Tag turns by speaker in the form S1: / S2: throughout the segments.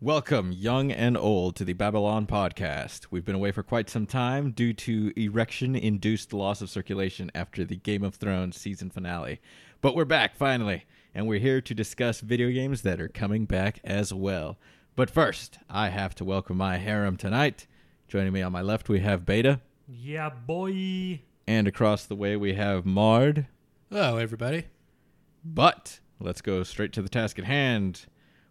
S1: Welcome, young and old, to the Babylon podcast. We've been away for quite some time due to erection induced loss of circulation after the Game of Thrones season finale. But we're back finally, and we're here to discuss video games that are coming back as well. But first, I have to welcome my harem tonight. Joining me on my left, we have Beta,
S2: Yeah, boy.
S1: and across the way, we have Mard.
S3: Hello, everybody.
S1: But let's go straight to the task at hand.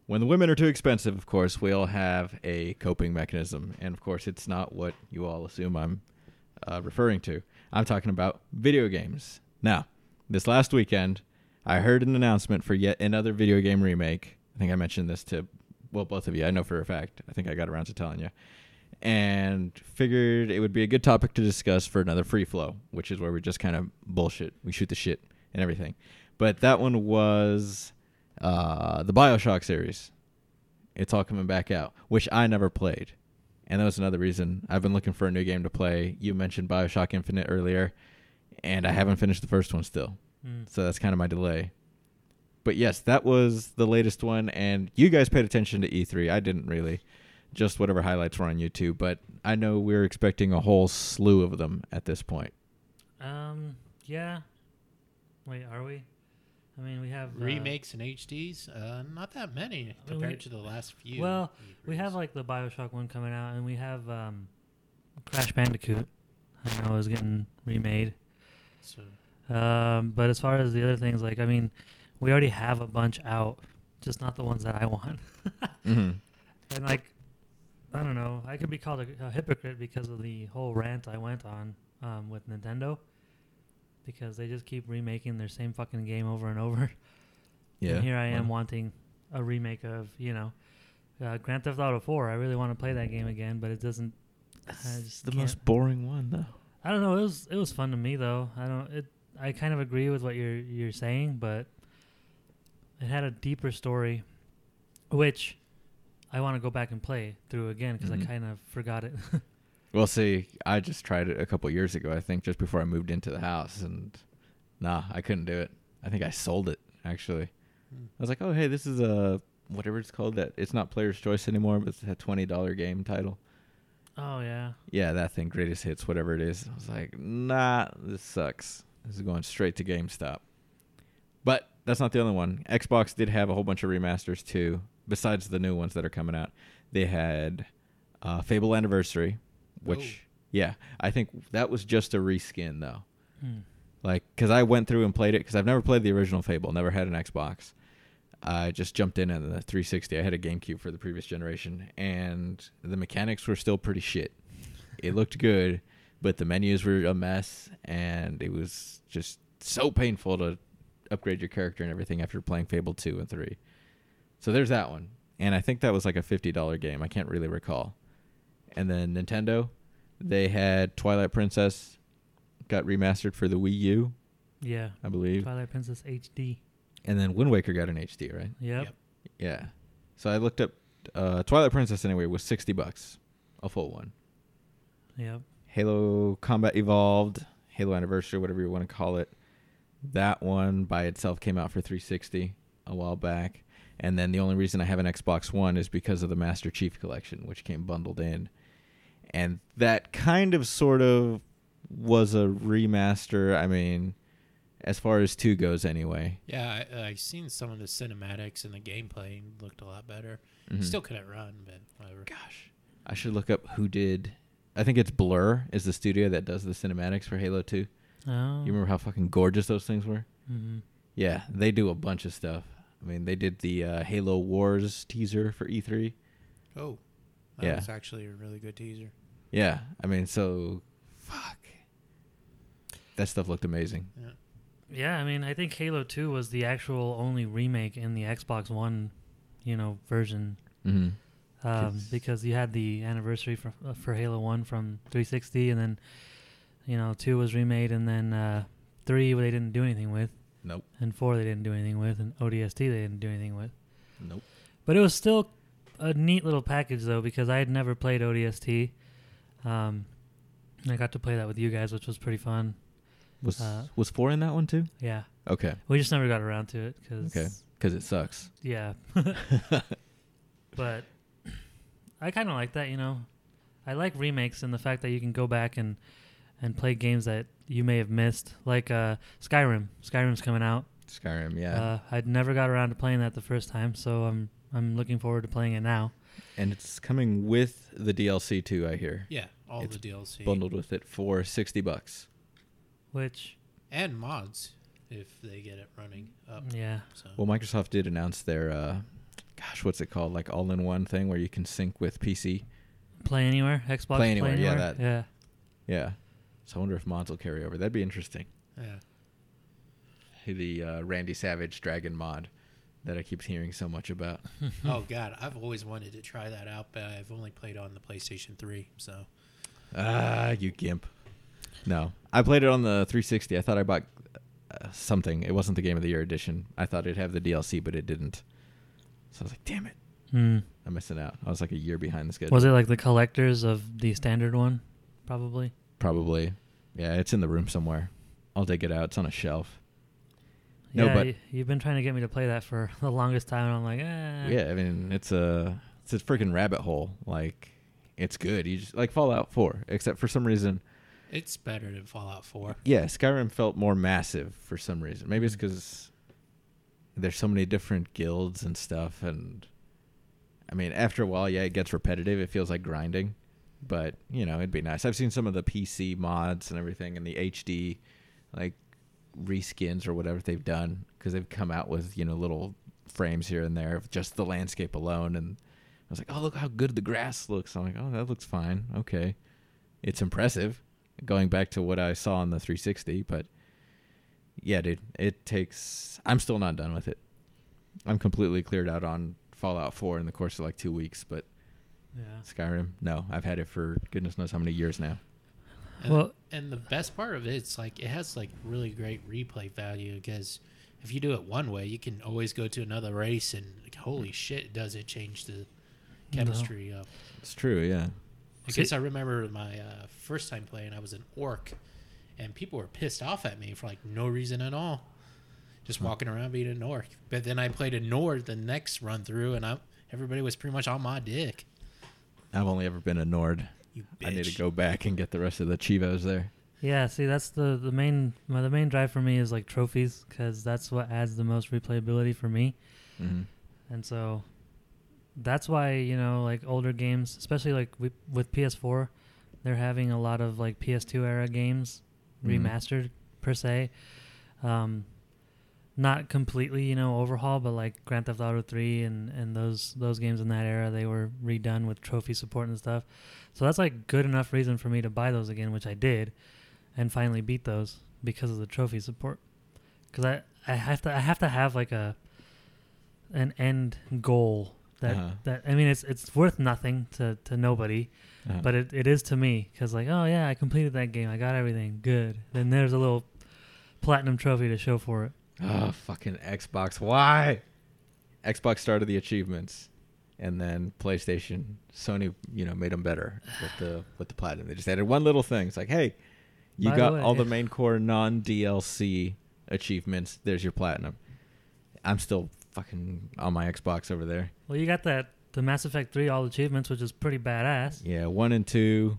S1: When the women are too expensive, of course, we all have a coping mechanism. And of course, it's not what you all assume I'm uh, referring to. I'm talking about video games. Now, this last weekend, I heard an announcement for yet another video game remake. I think I mentioned this to, well, both of you. I know for a fact. I think I got around to telling you. And figured it would be a good topic to discuss for another free flow, which is where we just kind of bullshit. We shoot the shit and everything. But that one was uh, the Bioshock series. It's all coming back out, which I never played. And that was another reason I've been looking for a new game to play. You mentioned Bioshock Infinite earlier, and I haven't finished the first one still.
S2: Hmm.
S1: So that's kind of my delay. But yes, that was the latest one, and you guys paid attention to E3. I didn't really, just whatever highlights were on YouTube. But I know we're expecting a whole slew of them at this point.
S2: Um, yeah. Wait, are we? I mean, we have uh,
S3: Remakes and HDs, uh, not that many compared
S2: we-
S3: to the last few.
S2: Well, we have
S3: E3s.
S2: like the Bioshock one coming out, and we have um, Crash Bandicoot. I know is getting remade.
S3: so,
S2: Um, but as far as the other things, like I mean, we already have a bunch out, just not the ones that I want.
S1: Mhm.
S2: and like, I don't know, I could be called a, a hypocrite because of the whole rant I went on um, with Nintendo, because they just keep remaking their same fucking game over and over.
S1: Yeah.
S2: And here I am
S1: Well,
S2: wanting a remake of, you know, uh, Grand Theft Auto 4. I really want to play that game again, but it doesn't. I
S1: it's
S2: just
S1: the
S2: can't-
S1: most boring one, though.
S2: I don't know. It was it was fun to me though. I don't. It. I kind of agree with what you're you're saying, but it had a deeper story, which I want to go back and play through again because
S1: Mhm.
S2: I kind of forgot it.
S1: Well, see, I just tried it a couple years ago, I think, just before I moved into the house, and nah, I couldn't do it. I think I sold it, actually.
S3: Hmm.
S1: I was like, oh, hey, this is a whatever it's called that it's not player's choice anymore, but it's a $20 game title.
S2: oh yeah.
S1: Yeah, that thing, greatest hits, whatever it is. I was like, nah, this sucks. This is going straight to GameStop. But that's not the only one. Xbox did have a whole bunch of remasters too, besides the new ones that are coming out. They had uh, Fable Anniversary, which, yeah, I think that was just a reskin though.
S2: Hmm.
S1: Like, because I went through and played it because I've never played the original Fable, never had an Xbox. I just jumped in at the 360. I had a GameCube for the previous generation, and the mechanics were still pretty shit. It looked good, but the menus were a mess, and it was just so painful to upgrade your character and everything after playing Fable 2 and 3. So there's that one. And I think that was like a $50 game. I can't really recall. And then Nintendo, they had Twilight Princess got remastered for the Wii U,
S2: Yeah.
S1: I believe.
S2: Twilight Princess HD.
S1: And then Wind Waker got an HD, right?
S2: Yep.
S3: Yep.
S1: Yeah. So I looked up uh, Twilight Princess anyway was 60 bucks, a full one.
S2: Yep.
S1: Halo Combat Evolved, Halo Anniversary, whatever you want to call it. That one by itself came out for 360 a while back. And then the only reason I have an Xbox One is because of the Master Chief Collection, which came bundled in. And that kind of sort of was a remaster. I mean, as far as 2 goes, anyway.
S3: yeah, I, I seen some of the cinematics and the gameplay and looked a lot better.
S1: Mhm.
S3: Still couldn't run, but whatever.
S1: Gosh, I should look up who did. I think it's Blur is the studio that does the cinematics for Halo 2.
S2: Oh.
S1: You remember how fucking gorgeous those things were?
S2: hmm
S1: Yeah, they do a bunch of stuff. I mean, they did the uh, Halo Wars teaser for E E3.
S3: Oh, that
S1: Yeah.
S3: was actually a really good teaser.
S1: Yeah, I mean, so fuck. That stuff looked amazing.
S3: Yeah.
S2: Yeah, I mean, I think Halo 2 was the actual only remake in the Xbox One, you know, version
S1: Mm-hmm.
S2: um,
S1: 'Cause-
S2: because you had the anniversary for, uh, for Halo 1 from 360, and then, you know, 2 was remade, and then uh, 3 they didn't do anything with,
S1: Nope.
S2: and 4 they didn't do anything with, and ODST they didn't do anything with.
S1: Nope.
S2: But it was still a neat little package, though, because I had never played ODST. Um, and I got to play that with you guys, which was pretty fun.
S1: Was
S2: Uh,
S1: was four in that one too?
S2: Yeah.
S1: Okay,
S2: We just never got around to it because,
S1: Okay. because it sucks.
S2: yeah. but I kind of like that. You know, I like remakes and the fact that you can go back and and play games that you may have missed, like uh, Skyrim. Skyrim's coming out.
S1: Skyrim, yeah.
S2: Uh, I'd never got around to playing that the first time, so I'm I'm looking forward to playing it now.
S1: and it's coming with the DLC too, I hear.
S3: Yeah, all
S1: It's
S3: the DLC
S1: Bundled with it for 60 bucks.
S2: Which,
S3: and mods if they get it running up.
S2: yeah,
S3: So
S1: Well, Microsoft did announce their uh gosh, what's it called? Like all-in-one thing where you can sync with PC.
S2: play anywhere, Xbox,
S1: Play Anywhere, yeah, that-
S2: yeah.
S1: Yeah. So I wonder if mods will carry over. That'd be interesting.
S3: yeah,
S1: The uh, Randy Savage Dragon mod that I keep hearing so much about.
S3: oh god, I've always wanted to try that out, but I've only played on the PlayStation 3. So
S1: Ah, you gimp. No, I played it on the 360. I thought I bought uh, something. It wasn't the Game of the Year edition. I thought it'd have the DLC, but it didn't. So I was like, damn it,
S2: Hmm.
S1: I'm missing out. I was like a year behind the schedule.
S2: Was it like the collectors of the standard one? Probably.
S1: Probably. Yeah, it's in the room somewhere. I'll dig it out. It's on a shelf. No,
S2: yeah,
S1: but-
S2: y- you've been trying to get me to play that for the longest time, and I'm like, eh.
S1: Yeah, I mean, it's a it's a freaking rabbit hole. Like, it's good. You just like Fallout 4, except for some reason.
S3: it's better than Fallout 4.
S1: Yeah, Skyrim felt more massive for some reason. Maybe it's because there's so many different guilds and stuff, and I mean, after a while, yeah, it gets repetitive. It feels like grinding, but you know, it'd be nice. I've seen some of the PC mods and everything, and the HD, like reskins or whatever they've done, because they've come out with you know little frames here and there of just the landscape alone, and I was like, oh look how good the grass looks. I'm like, oh that looks fine, okay, it's impressive going back to what I saw on the 360, but yeah, dude, it takes. I'm still not done with it. I'm completely cleared out on Fallout 4 in the course of like two weeks, but
S2: Yeah.
S1: Skyrim, no, I've had it for goodness knows how many years now.
S3: And,
S2: Well-
S3: and the best part of it, it's like it has like really great replay value because if you do it one way, you can always go to another race and like, holy shit, does it change the chemistry up?
S1: It's true, yeah.
S3: I
S2: See-
S3: guess I remember my uh, first time playing, I was an orc, and people were pissed off at me for like no reason at all, just
S2: Hmm.
S3: walking around being an orc. But then I played a Nord the next run through, and I everybody was pretty much on my dick.
S1: I've only ever been a Nord.
S3: You bitch.
S1: I need to go back and get the rest of the Chivos there.
S2: Yeah. See, that's the the main my, the main drive for me is like trophies because that's what adds the most replayability for me,
S1: Mm-hmm.
S2: and so that's why you know like older games, especially like we, with PS4, they're having a lot of like PS2 era games
S1: Mhm.
S2: remastered per se. Um, not completely, you know, overhaul, but like Grand Theft Auto 3 and and those those games in that era, they were redone with trophy support and stuff. So that's like good enough reason for me to buy those again, which I did, and finally beat those because of the trophy support. Because I I have to I have to have like a an end goal that
S1: Uh-huh.
S2: that I mean it's it's worth nothing to to nobody,
S1: Mm-hmm.
S2: but it, it is to me because like oh yeah i completed that game i got everything good then there's a little platinum trophy to show for it
S1: Oh, fucking Xbox. Why? Xbox started the achievements and then PlayStation, Sony, you know, made them better with the with the platinum. They just added one little thing. It's like, "Hey, you
S2: By the
S1: got
S2: way-
S1: all the main core non-DLC achievements. There's your platinum." I'm still fucking on my Xbox over there.
S2: well you got that the mass effect 3 all achievements which is pretty badass
S1: Yeah, 1 and 2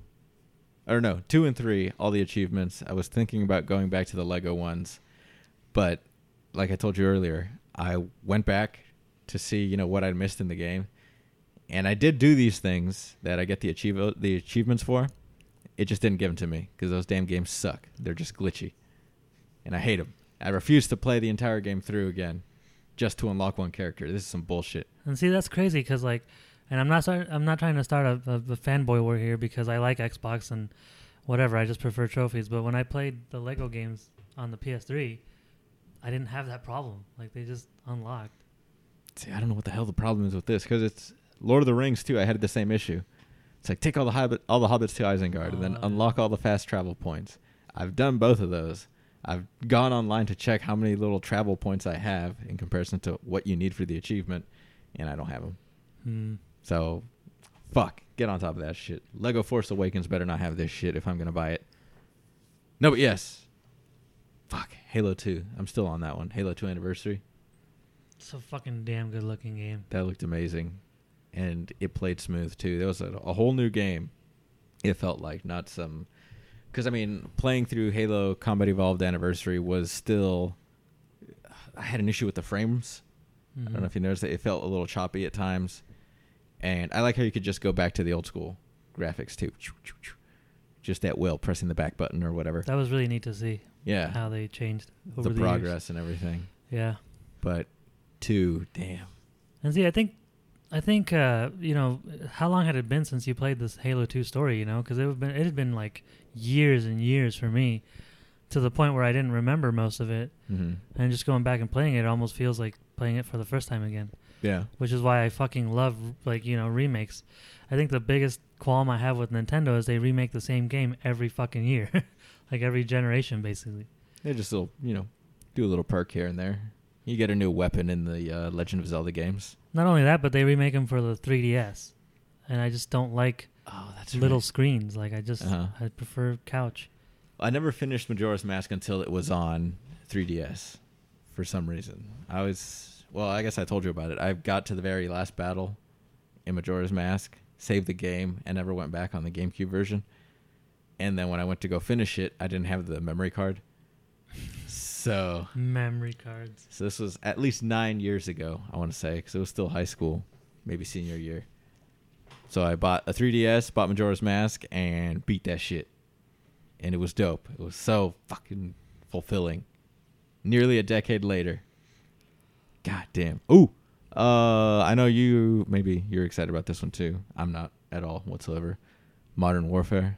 S1: or no, 2 and 3, all the achievements. I was thinking about going back to the Lego ones, but like I told you earlier, I went back to see, you know, what I'd missed in the game. And I did do these things that I get the achieve the achievements for. It just didn't give them to me because those damn games suck. They're just glitchy, and I hate them. I refuse to play the entire game through again, just to unlock one character. This is some bullshit.
S2: and see that's crazy because like and i'm not start, i'm not trying to start a, a, a fanboy war here because i like xbox and whatever i just prefer trophies but when i played the lego games on the ps3 i didn't have that problem like they just unlocked
S1: See, I don't know what the hell the problem is with this because it's Lord of the Rings too. I had the same issue. It's like take all the hobbit, all the hobbits to Isengard, and then
S2: Oh, yeah.
S1: unlock all the fast travel points. I've done both of those. I've gone online to check how many little travel points I have in comparison to what you need for the achievement, and I don't have them.
S2: hmm.
S1: So, fuck, get on top of that shit. Lego Force Awakens better not have this shit if I'm gonna buy it. No, but yes. Fuck, Halo Two. I'm still on that one. Halo Two Anniversary.
S2: so fucking damn good looking game
S1: That looked amazing. and it played smooth too. That was a, a whole new game. It felt like not some because I mean playing through Halo Combat Evolved Anniversary was still I had an issue with the frames. I
S2: Mm-hmm.
S1: don't know if you noticed that it felt a little choppy at times, and I like how you could just go back to the old school graphics too, just at will, pressing the back button or whatever.
S2: That was really neat to see
S1: yeah,
S2: how they changed over
S1: the,
S2: the, years.
S1: progress and everything.
S2: Yeah.
S1: But two, damn,
S2: And see, I think, I think, uh, you know, how long had it been since you played this Halo Two story? You know, because it had been it had been like years and years for me, to the point where I didn't remember most of it,
S1: mm-hmm.
S2: and just going back and playing it, it almost feels like playing it for the first time again.
S1: yeah,
S2: Which is why I fucking love like you know remakes. I think the biggest qualm I have with Nintendo is they remake the same game every fucking year, like every generation basically.
S1: they just little you know do a little perk here and there. You get a new weapon in the uh, Legend of Zelda games.
S2: Not only that, but they remake them for the 3DS, and I just don't like
S1: Oh, that's
S2: little screens. Like I just
S1: Uh-huh.
S2: I prefer couch.
S1: I never finished Majora's Mask until it was on 3DS for some reason. I was well, I guess I told you about it. I got to the very last battle in Majora's Mask, saved the game, and never went back on the GameCube version. And then when I went to go finish it, I didn't have the memory card. So,
S2: Memory cards.
S1: so this was at least 9 years ago, I want to say, cuz it was still high school, maybe senior year. So I bought a 3DS, bought Majora's Mask, and beat that shit. And it was dope. It was so fucking fulfilling. Nearly a decade later. God damn. Ooh. Uh, I know you. Maybe you're excited about this one too. I'm not at all whatsoever. Modern Warfare.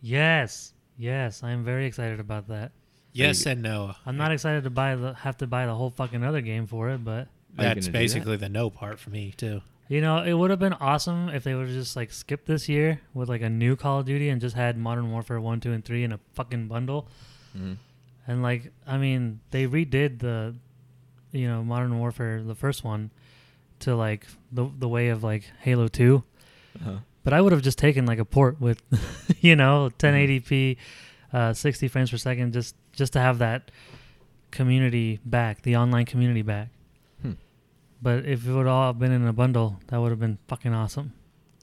S2: Yes, yes, I am very excited about that.
S3: Yes and no.
S2: I'm not excited to buy the have to buy the whole fucking other game for it, but
S1: Are you gonna do
S3: That's
S1: that?
S3: basically the no part for me too.
S2: you know it would have been awesome if they would have just like skipped this year with like a new Call of Duty and just had Modern Warfare one, two, and three in a fucking bundle.
S1: Mhm.
S2: And like I mean, they redid the you know Modern Warfare the first one to like the the way of like Halo two.
S1: Uh-huh.
S2: But I would have just taken like a port with, you know,
S1: Mm-hmm.
S2: 1080p, uh, 60 frames per second, just just to have that community back, the online community back.
S1: Hmm.
S2: But if it would all have been in a bundle, that would have been fucking awesome.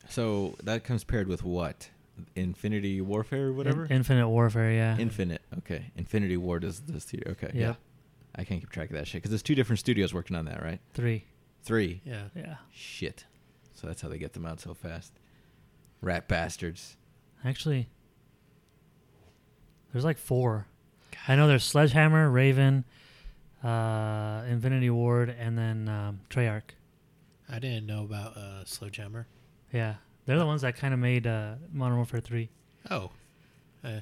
S1: So that comes paired with what? Infinity Warfare or whatever.
S2: In- Infinite Warfare, yeah.
S1: Infinite. Okay. Infinity War does this to you. Okay.
S2: Yeah.
S1: Yeah. I can't keep track of that shit because there's two different studios working on that, right?
S2: Three.
S1: Three.
S3: Yeah.
S2: Yeah.
S1: Shit. So that's how they get them out so fast. Rat bastards.
S2: Actually, there's like four. I know there's Sledgehammer, Raven, uh, Infinity Ward, and then um, Treyarch.
S3: I didn't know about uh, Slowjammer.
S2: Yeah. They're the ones that kind of made uh, Modern Warfare 3.
S3: Oh. Uh,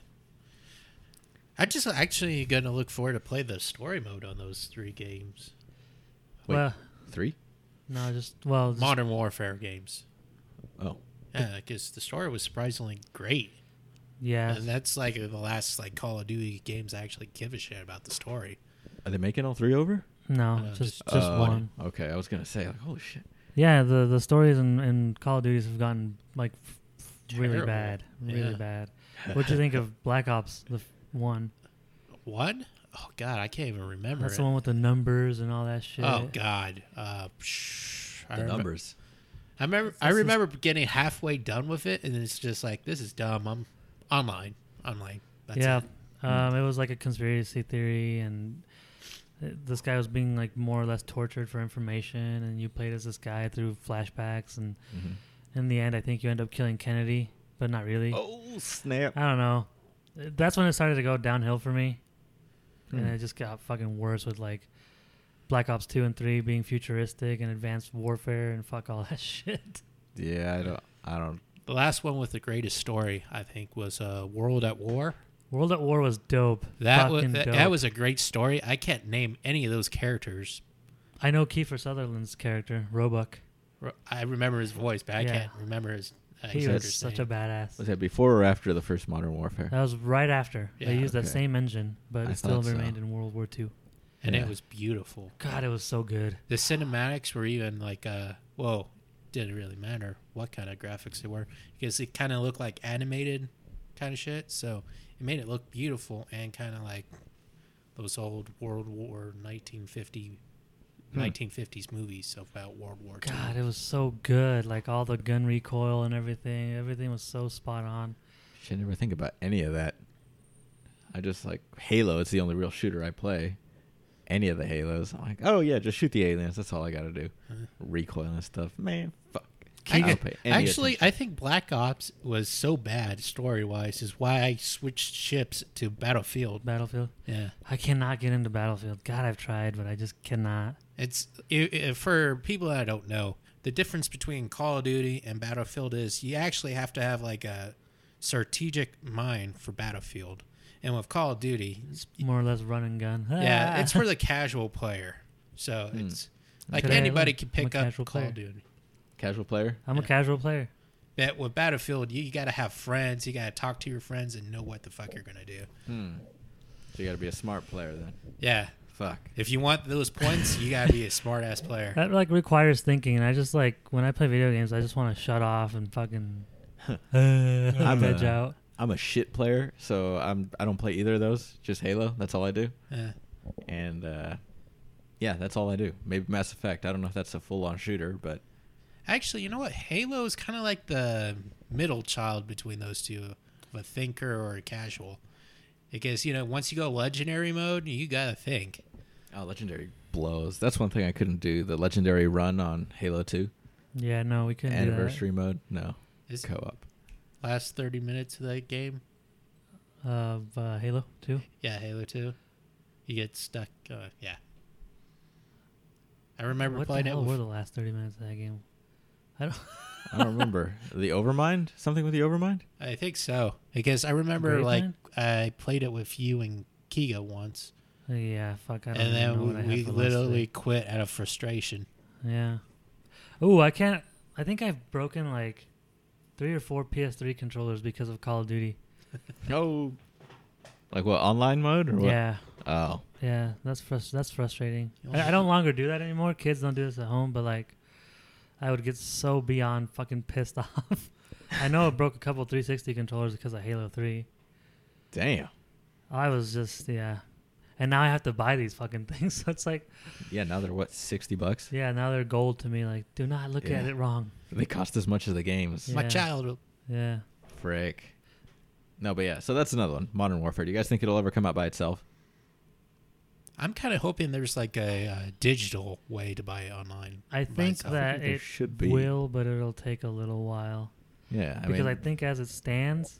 S3: I just actually gonna look forward to play the story mode on those three games.
S1: Wait.
S2: Well,
S1: Three?
S2: no, just well, just-
S3: Modern Warfare games.
S1: Oh.
S3: Yeah, because the story was surprisingly great.
S2: yeah.
S3: And that's like the last like Call of Duty games I actually give a shit about the story.
S1: Are they making all three over?
S2: No,
S3: Uh,
S2: just
S3: just-
S2: just
S1: Oh,
S2: one.
S1: Okay, I was gonna say like, holy shit.
S2: Yeah, the the stories in, in Call of Duties have gotten like f- f- really
S3: Terrible.
S2: bad, really
S3: Yeah.
S2: bad. What do you think of Black Ops the f- one?
S3: What? Oh god, I can't even remember.
S2: That's
S3: it.
S2: the one with the numbers and all that shit.
S3: Oh god. Uh, psh, I
S1: The
S3: remem-
S1: numbers.
S3: I remember. I
S2: This is-
S3: remember getting halfway done with it, and it's just like this is dumb. I'm online. Online. That's
S2: yeah,
S3: It. Mm.
S2: um, it was like a conspiracy theory, and uh, this guy was being like more or less tortured for information, and you played as this guy through flashbacks, and
S1: Mm-hmm.
S2: in the end, I think you end up killing Kennedy, but not really.
S1: Oh snap!
S2: I don't know. Uh, That's when it started to go downhill for me, and
S1: Hmm.
S2: it just got fucking worse with like Black Ops two and three being futuristic and advanced warfare and fuck all that shit.
S1: Yeah, I don't. I don't.
S3: The last one with the greatest story, I think, was uh, World at War.
S2: World at War was dope.
S3: That was
S2: fucking
S3: that,
S2: dope.
S3: that was a great story. I can't name any of those characters.
S2: I know Kiefer Sutherland's character Roebuck.
S3: R- I remember his voice, but I
S2: Yeah.
S3: can't remember his. Uh,
S2: He
S1: that
S2: was
S3: character's
S2: such a
S3: name.
S2: badass.
S1: Was that before or after the first Modern Warfare?
S2: That was right after they
S3: Yeah,
S2: used
S1: okay.
S2: that same engine, but
S1: I
S2: it still
S1: thought so.
S2: remained in World War two.
S3: and
S1: Yeah.
S3: it was beautiful.
S2: God, it was so good.
S3: The cinematics were even like, uh, well, didn't really matter what kind of graphics they were because it kind of looked like animated kind of shit. So it made it look beautiful and kind of like those old World War 1950
S1: Hmm.
S3: 1950s movies so about World War II.
S2: God, it was so good. Like all the gun recoil and everything. Everything was so spot on.
S1: Should never think about any of that. I just like Halo. It's the only real shooter I play. Any of the Halos, I'm like, oh yeah, just shoot the aliens. That's all I gotta do.
S3: Huh.
S1: Recoil and stuff. Man, fuck.
S3: I
S1: I'll
S3: get-
S1: pay any
S3: actually,
S1: attention.
S3: I think Black Ops was so bad story wise is why I switched ships to Battlefield.
S2: Battlefield.
S3: Yeah,
S2: I cannot get into Battlefield. God, I've tried, but I just cannot.
S3: it's i i for people that don't know the difference between Call of Duty and Battlefield is you actually have to have like a strategic mind for Battlefield, and with Call of Duty, it's,
S2: More or less run and gun. Ah.
S3: yeah, it's for the casual player. So
S1: Hmm.
S3: it's like
S2: Today,
S3: anybody
S2: look, I'm
S3: could
S2: a
S3: pick up Call
S2: casual player.
S3: of Duty.
S1: casual player.
S2: I'm a casual player.
S3: But with Battlefield, you, you got to have friends. You got to talk to your friends and know what the fuck you're gonna do.
S1: Hmm. So you gotta be a smart player then.
S3: Yeah,
S1: Fuck.
S3: If you want those points, you gotta be a smart ass player.
S2: That like requires thinking, and I just like when I play video games, I just want to shut off and fucking uh,
S1: I'm
S2: veg
S1: a-
S2: out.
S1: I'm a shit player, so I'm I don't play either of those. Just Halo. That's all I do.
S2: Uh,
S3: Yeah.
S1: And uh, yeah, that's all I do. Maybe Mass Effect. I don't know if that's a full on shooter, but
S3: Actually, you know what? Halo is kind of like the middle child between those two, of a thinker or a casual. Because you know, once you go legendary mode, you gotta think.
S1: oh, legendary blows. That's one thing I couldn't do. The legendary run on Halo Two
S2: Yeah, no, we couldn't.
S1: anniversary mode. No,
S3: Is
S1: co op.
S3: last thirty minutes of that game?
S2: do that. of uh, Halo Two.
S3: Yeah, Halo Two. You get stuck. Uh, yeah. I remember
S2: what
S3: playing
S2: the
S3: it.
S2: hell were
S3: With,
S2: the last thirty minutes of that game? I don't.
S1: I don't remember the Overmind. Something with the Overmind.
S3: I think so. Because I remember like
S2: Graveman?
S3: I played it with you and Kiga once,
S2: Uh, Yeah, fuck. I don't
S3: and
S2: even know what I
S3: then
S2: have
S3: we, we
S2: for lunch
S3: literally
S2: today.
S3: quit out of frustration.
S2: Yeah. Ooh, I can't. I think I've broken like three or four PS3 controllers because of Call of Duty.
S1: No. Like what online mode or what?
S2: Yeah,
S1: Oh,
S2: yeah. That's frust- That's frustrating.
S3: You
S2: I, I
S3: also-
S2: don't longer do that anymore. Kids don't do this at home, but like, I would get so beyond fucking pissed off. I know I broke a couple 360 controllers because of Halo 3.
S1: damn.
S2: I was just yeah. And now I have to buy these fucking things. So it's like,
S1: Yeah, now they're what sixty bucks.
S2: yeah, now they're gold to me. Like, do not look at
S1: Yeah.
S2: it wrong.
S1: They cost as much as the games.
S3: My
S2: Yeah.
S3: child.
S2: Yeah.
S1: Frick. No, but yeah, so that's another one. Modern Warfare. Do you guys think it'll ever come out by itself?
S3: I'm kind of hoping there's like a, uh digital way to buy it online.
S2: I
S3: by
S2: think
S3: itself.
S2: that
S1: there
S2: it
S1: should be.
S2: will, but it'll take a little while
S1: Yeah, I
S2: because
S1: mean,
S2: I think as it stands,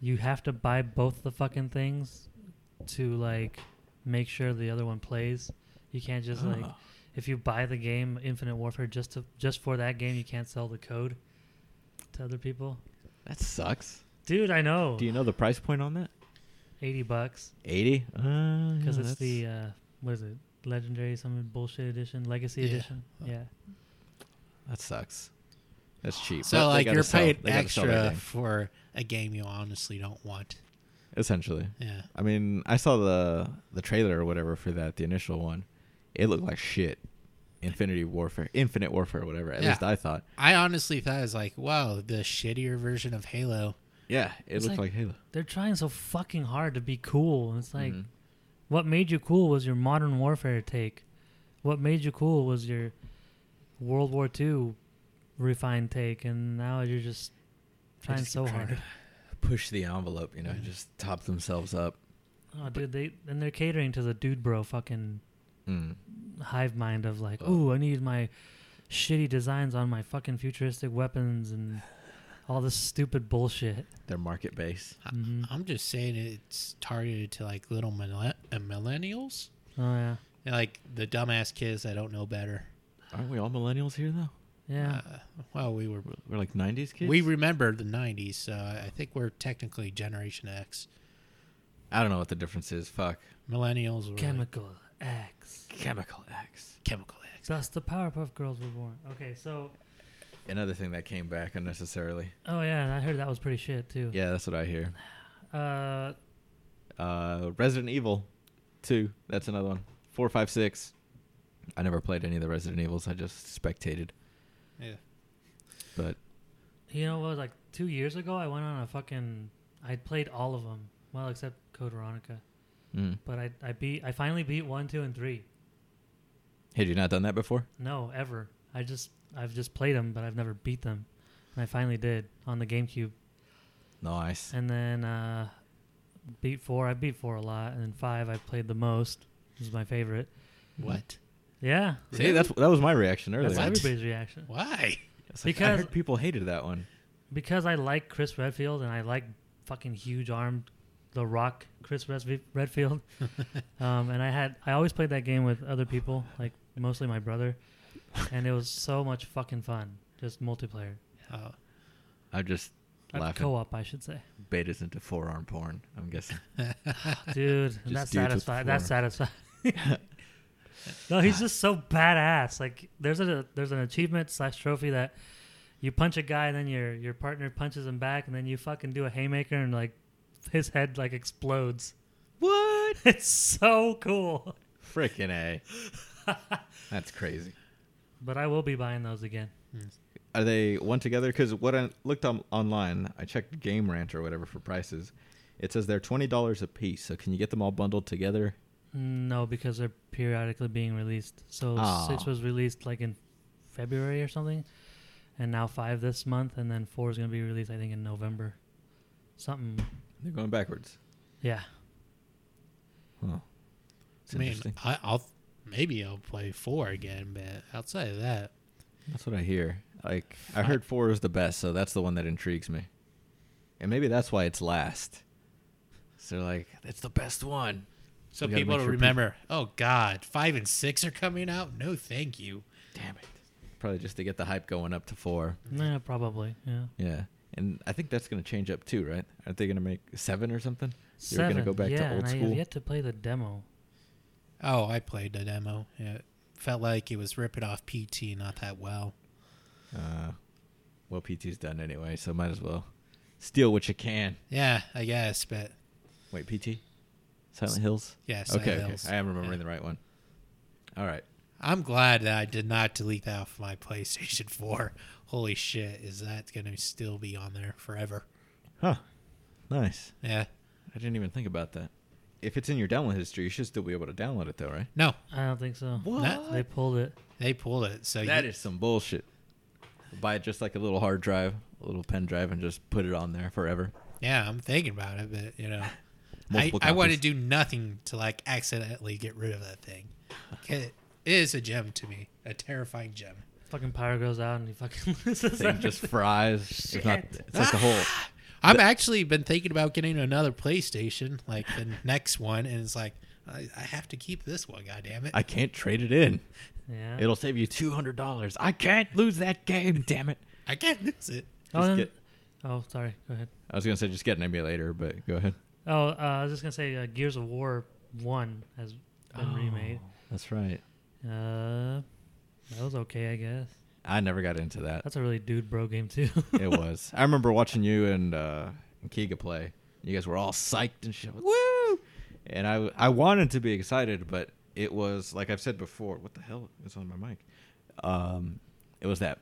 S2: you have to buy both the fucking things to like make sure the other one plays. You can't just like
S1: Ah.
S2: if you buy the game Infinite Warfare just to just for that game, you can't sell the code to other people.
S1: that sucks.
S2: Dude, I know.
S1: Do you know the price point on that?
S2: Eighty bucks
S1: Eighty. Uh,
S2: because it's the uh, what is it? Legendary some bullshit edition, Legacy
S3: Yeah.
S2: edition. Yeah.
S1: that sucks. That's cheap.
S3: So
S1: But they
S3: like
S1: gotta
S3: you're
S1: sell-
S3: paying
S1: they gotta sell their
S3: extra
S1: game,
S3: for a game you honestly don't want.
S1: essentially.
S3: Yeah.
S1: I mean, I saw the the trailer or whatever for that, the initial one. It looked like shit. Infinity Warfare, Infinite Warfare, whatever. At
S3: Yeah.
S1: least I thought.
S3: I honestly thought it was like, wow, the shittier version of Halo.
S1: Yeah, it
S2: It's
S1: looked
S2: like-
S1: like, Halo.
S2: They're trying so fucking hard to be cool. and It's like
S1: Mhm.
S2: What made you cool was your modern warfare take. What made you cool was your World War II refined take, and now you're just
S1: They
S2: trying
S1: just keep
S2: so
S1: trying
S2: hard.
S1: to push the envelope, you know, just top themselves up.
S2: Oh, dude, they and they're catering to the dude bro fucking
S1: Mm.
S2: hive mind of like,
S1: Oh.
S2: oh, I need my shitty designs on my fucking futuristic weapons and all this stupid bullshit.
S1: Their market base.
S3: I-
S2: Mhm.
S3: I'm just saying it's targeted to like little millen- uh, millennials,
S2: Oh yeah,
S3: and, like the dumbass kids that don't know better.
S1: Aren't we all millennials here though?
S2: yeah.
S3: Uh, well, we were
S1: We're like '90s kids.
S3: we remember the '90s, so I I think we're technically Generation X.
S1: I don't know what the difference is. Fuck.
S3: Millennials were like,
S2: Chemical X.
S1: Chemical X.
S3: chemical X.
S2: Thus, the Powerpuff Girls were born. Okay, so
S1: Another thing that came back unnecessarily.
S2: oh yeah, and I heard that was pretty shit too.
S1: Yeah, that's what I hear.
S2: Uh,
S1: Uh, Resident Evil, two. That's another one. Four, five, six. I never played any of the Resident Evils. I just spectated.
S3: Yeah.
S1: But
S2: You know what? Like two years ago, I went on a fucking. I played all of them. Well, except Code Veronica.
S1: mm,
S2: But I, I beat. I finally beat one, two, and three.
S1: Had you not done that before?
S2: No, ever. I just I've just played them, but I've never beat them. And I finally did on the GameCube.
S1: Nice.
S2: And then uh, beat four. I beat four a lot, and then five I played the most. This is my favorite.
S3: What?
S2: Yeah,
S1: See, that's that was my reaction earlier.
S2: that's
S3: What?
S2: everybody's reaction.
S3: Why?
S1: It's like, I
S2: Because-
S1: heard people hated that one.
S2: Because I like Chris Redfield and I like fucking huge armed The Rock Chris Res- Redfield. um, and I had I always played that game with other people, like mostly my brother, and it was so much fucking fun. Just multiplayer,
S3: Oh,
S1: I'm just
S2: Uh,
S1: laughing.
S2: co-op, I should say,
S1: Betas into forearm porn. I'm guessing.
S2: dude. and that's
S1: dudes with
S2: satisfying. That's
S1: four.
S2: satisfying. no, he's just so badass. Like there's a there's an achievement slash trophy that you punch a guy, and then your your partner punches him back, and then you fucking do a haymaker, and like his head like explodes.
S1: What?
S2: It's so cool.
S1: Freaking a. that's crazy.
S2: But I will be buying those again.
S1: Are they one together? Because what I looked on online, I checked Game Ranch or whatever for prices. It says they're twenty dollars a piece. So can you get them all bundled together?
S2: No, because they're periodically being released. So
S1: Ah.
S2: six was released like in February or something, and now five this month, and then four is gonna be released I think in November, something.
S1: They're going backwards.
S2: Yeah,
S1: Huh. It's
S3: I mean,
S1: interesting.
S3: I, I'll maybe I'll play four again, but outside of that,
S1: That's what I hear. Like I heard four is the best, so that's the one that intrigues me. And maybe that's why it's last. So they're like, it's the best one.
S3: so
S1: We gotta
S3: people
S1: make
S3: will
S1: sure people-
S3: remember. Oh God, five and six are coming out. No, thank you.
S1: Damn it. Probably just to get the hype going up to four.
S2: yeah, probably. Yeah,
S1: Yeah. And I think that's going to change up too, right? Aren't they going to make seven or something? You're
S2: seven.
S1: going to go back
S2: yeah,
S1: to old
S2: and I
S1: school.
S2: have yet to play the demo.
S3: Oh, I played the demo. It felt like it was ripping off PT not that well.
S1: Uh, well, PT's done anyway, so might as well steal what you can.
S3: Yeah, I guess, but
S1: Wait, PT? Silent Hills?
S3: yeah. Silent
S1: Okay, okay.
S3: Hills.
S1: I am remembering the right one. All right.
S3: I'm glad that I did not delete that off my PlayStation 4. Holy shit, is that going to still be on there forever?
S1: Huh. Nice.
S3: Yeah.
S1: I didn't even think about that. If it's in your download history, you should still be able to download it, though, right?
S3: No,
S2: I don't think so.
S3: What?
S2: They pulled it.
S3: they pulled it. So
S1: That
S3: you,
S1: is some bullshit. Buy just like a little hard drive, a little pen drive, and just put it on there forever.
S3: yeah, I'm thinking about it, but you know, I,
S1: Multiple
S3: I want to
S1: copies.
S3: do nothing to like accidentally get rid of that thing. 'Kay, It is a gem to me, a terrifying gem.
S2: Fucking power goes out, and he fucking loses.
S1: thing just fries. It's not. It's like the whole.
S3: I've actually been thinking about getting another PlayStation, like the next one, and it's like, I, I have to keep this one, goddamn it.
S1: I can't trade it in.
S2: Yeah.
S1: It'll save you two hundred dollars. I can't lose that game. Damn it.
S3: I can't lose it.
S2: oh,
S1: just
S2: then-
S1: get-
S2: oh, sorry. Go ahead.
S1: I was gonna say just get an emulator, but go ahead.
S2: Oh, uh, I was just gonna say, uh, Gears of War One has been
S1: Oh.
S2: remade.
S1: That's right.
S2: Uh, that was okay, I guess.
S1: I never got into that.
S2: That's a really dude bro game too.
S1: it was. I remember watching you and uh, and Kiga play. You guys were all psyched and shit. Woo! And I I wanted to be excited, but it was like I've said before. What the hell is on my mic? Um, it was that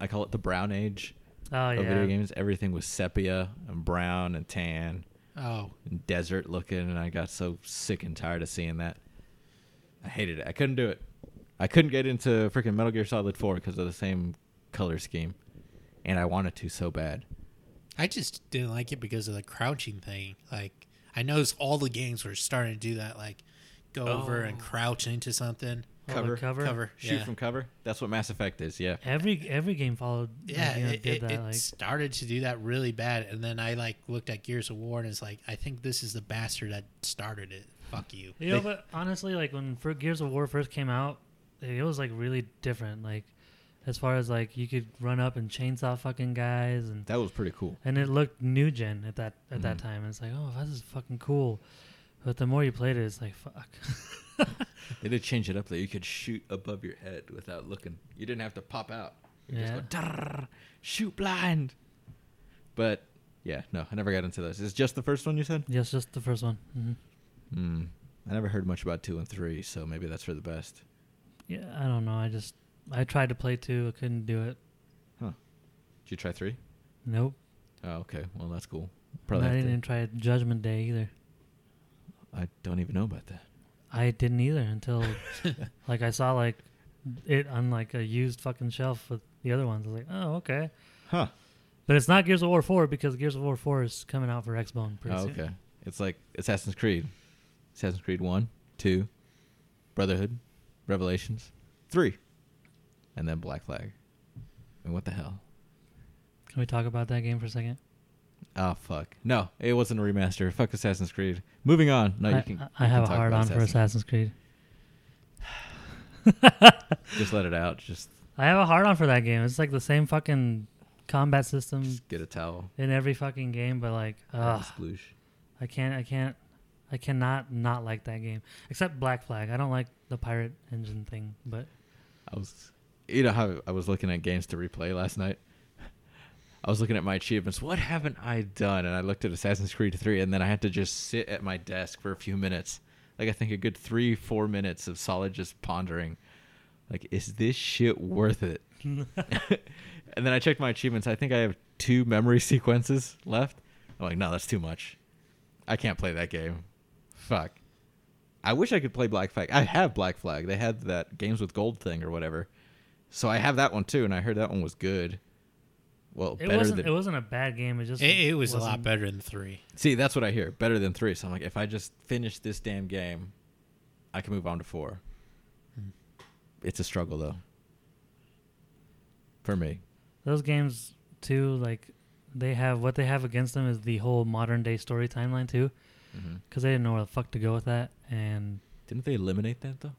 S1: I call it the brown age
S2: Oh
S1: of
S2: yeah.
S1: video games. Everything was sepia and brown and tan
S3: Oh,
S1: and desert looking, and I got so sick and tired of seeing that. I hated it. I couldn't do it. I couldn't get into freaking Metal Gear Solid 4 because of the same color scheme, and I wanted to so bad.
S3: I just didn't like it because of the crouching thing. Like I noticed all the games were starting to do that, like go over and crouch into something.
S2: Oh, the
S1: Oh. cover,
S2: cover.
S3: Cover.
S1: Shoot
S3: yeah.
S1: from cover. That's what Mass Effect is. Yeah.
S2: Every every game followed.
S3: yeah,
S2: you know,
S3: it,
S2: did
S3: it-
S2: that.
S3: it
S2: like
S3: started to do that really bad, and then I like looked at Gears of War and it's like, I think this is the bastard that started it. Fuck you.
S2: you know, but honestly, like when for Gears of War first came out, it was like really different. Like as far as like you could run up and chainsaw fucking guys and
S1: That was pretty cool.
S2: and it looked new gen at that at
S1: Mm-hmm.
S2: that time. And it's like, oh, this is fucking cool. But the more you played it, it's like fuck.
S1: They did change it up though. You could shoot above your head without looking. You didn't have to pop out. You could
S2: Yeah.
S1: just go "Tarrr, shoot blind. But yeah, no, I never got into those. It's just the first one you said?
S2: yes, just the first one. hmm
S1: Hmm. I never heard much about two and three, so maybe that's for the best.
S2: Yeah, I don't know. I just I tried to play two, I couldn't do it.
S1: Did you try three?
S2: Nope.
S1: Oh, okay. Well, that's cool.
S2: And
S1: Probably.
S2: I
S1: have
S2: didn't
S1: to-
S2: even try Judgment Day either.
S1: I don't even know about that.
S2: I didn't either until like I saw like it on like a used fucking shelf with the other ones. I was like, oh okay,
S1: Huh.
S2: but it's not Gears of War four because Gears of War four is coming out for Xbox pretty
S1: Oh,
S2: soon.
S1: okay. It's like Assassin's Creed. Assassin's Creed 1, 2, Brotherhood, Revelations, 3, and then Black Flag. And what the hell?
S2: Can we talk about that game for a second?
S1: Oh, fuck. No, it wasn't a remaster. Fuck Assassin's Creed. Moving on. No,
S2: I,
S1: you can.
S2: I-
S1: you
S2: I
S1: can
S2: have a
S1: talk
S2: hard
S1: about
S2: on for Assassin's Creed.
S1: Just let it out. Just,
S2: I have a hard on for that game. It's like the same fucking combat system
S1: just get a towel.
S2: in every fucking game, but like,
S1: and
S2: Mm. ugh,
S1: sploosh.
S2: I can't, I can't, I cannot not like that game. Except Black Flag. I don't like the pirate engine thing, but
S1: I was, you know, how I was looking at games to replay last night. I was looking at my achievements. What haven't I done? And I looked at Assassin's Creed 3, and then I had to just sit at my desk for a few minutes. Like, I think a good three, four minutes of solid just pondering. Like, is this shit worth it? and then I checked my achievements. I think I have two memory sequences left. I'm like, no, that's too much. I can't play that game. Fuck. I wish I could play Black Flag. I have Black Flag. They had that games with gold thing or whatever. So I have that one too, and I heard that one was good. Well,
S2: it
S1: better
S2: wasn't.
S1: than
S2: it wasn't a bad game. It just
S3: It, it was a lot
S2: wasn't-
S3: better than three.
S1: see that's what I hear. Better than three. So I'm like, if I just finish this damn game, I can move on to four. Hmm. It's a struggle though. For me,
S2: Those games too, like they have what they have against them is the whole modern day story timeline too,
S1: Mhm.
S2: because they didn't know where the fuck to go with that, and
S1: didn't they eliminate that though?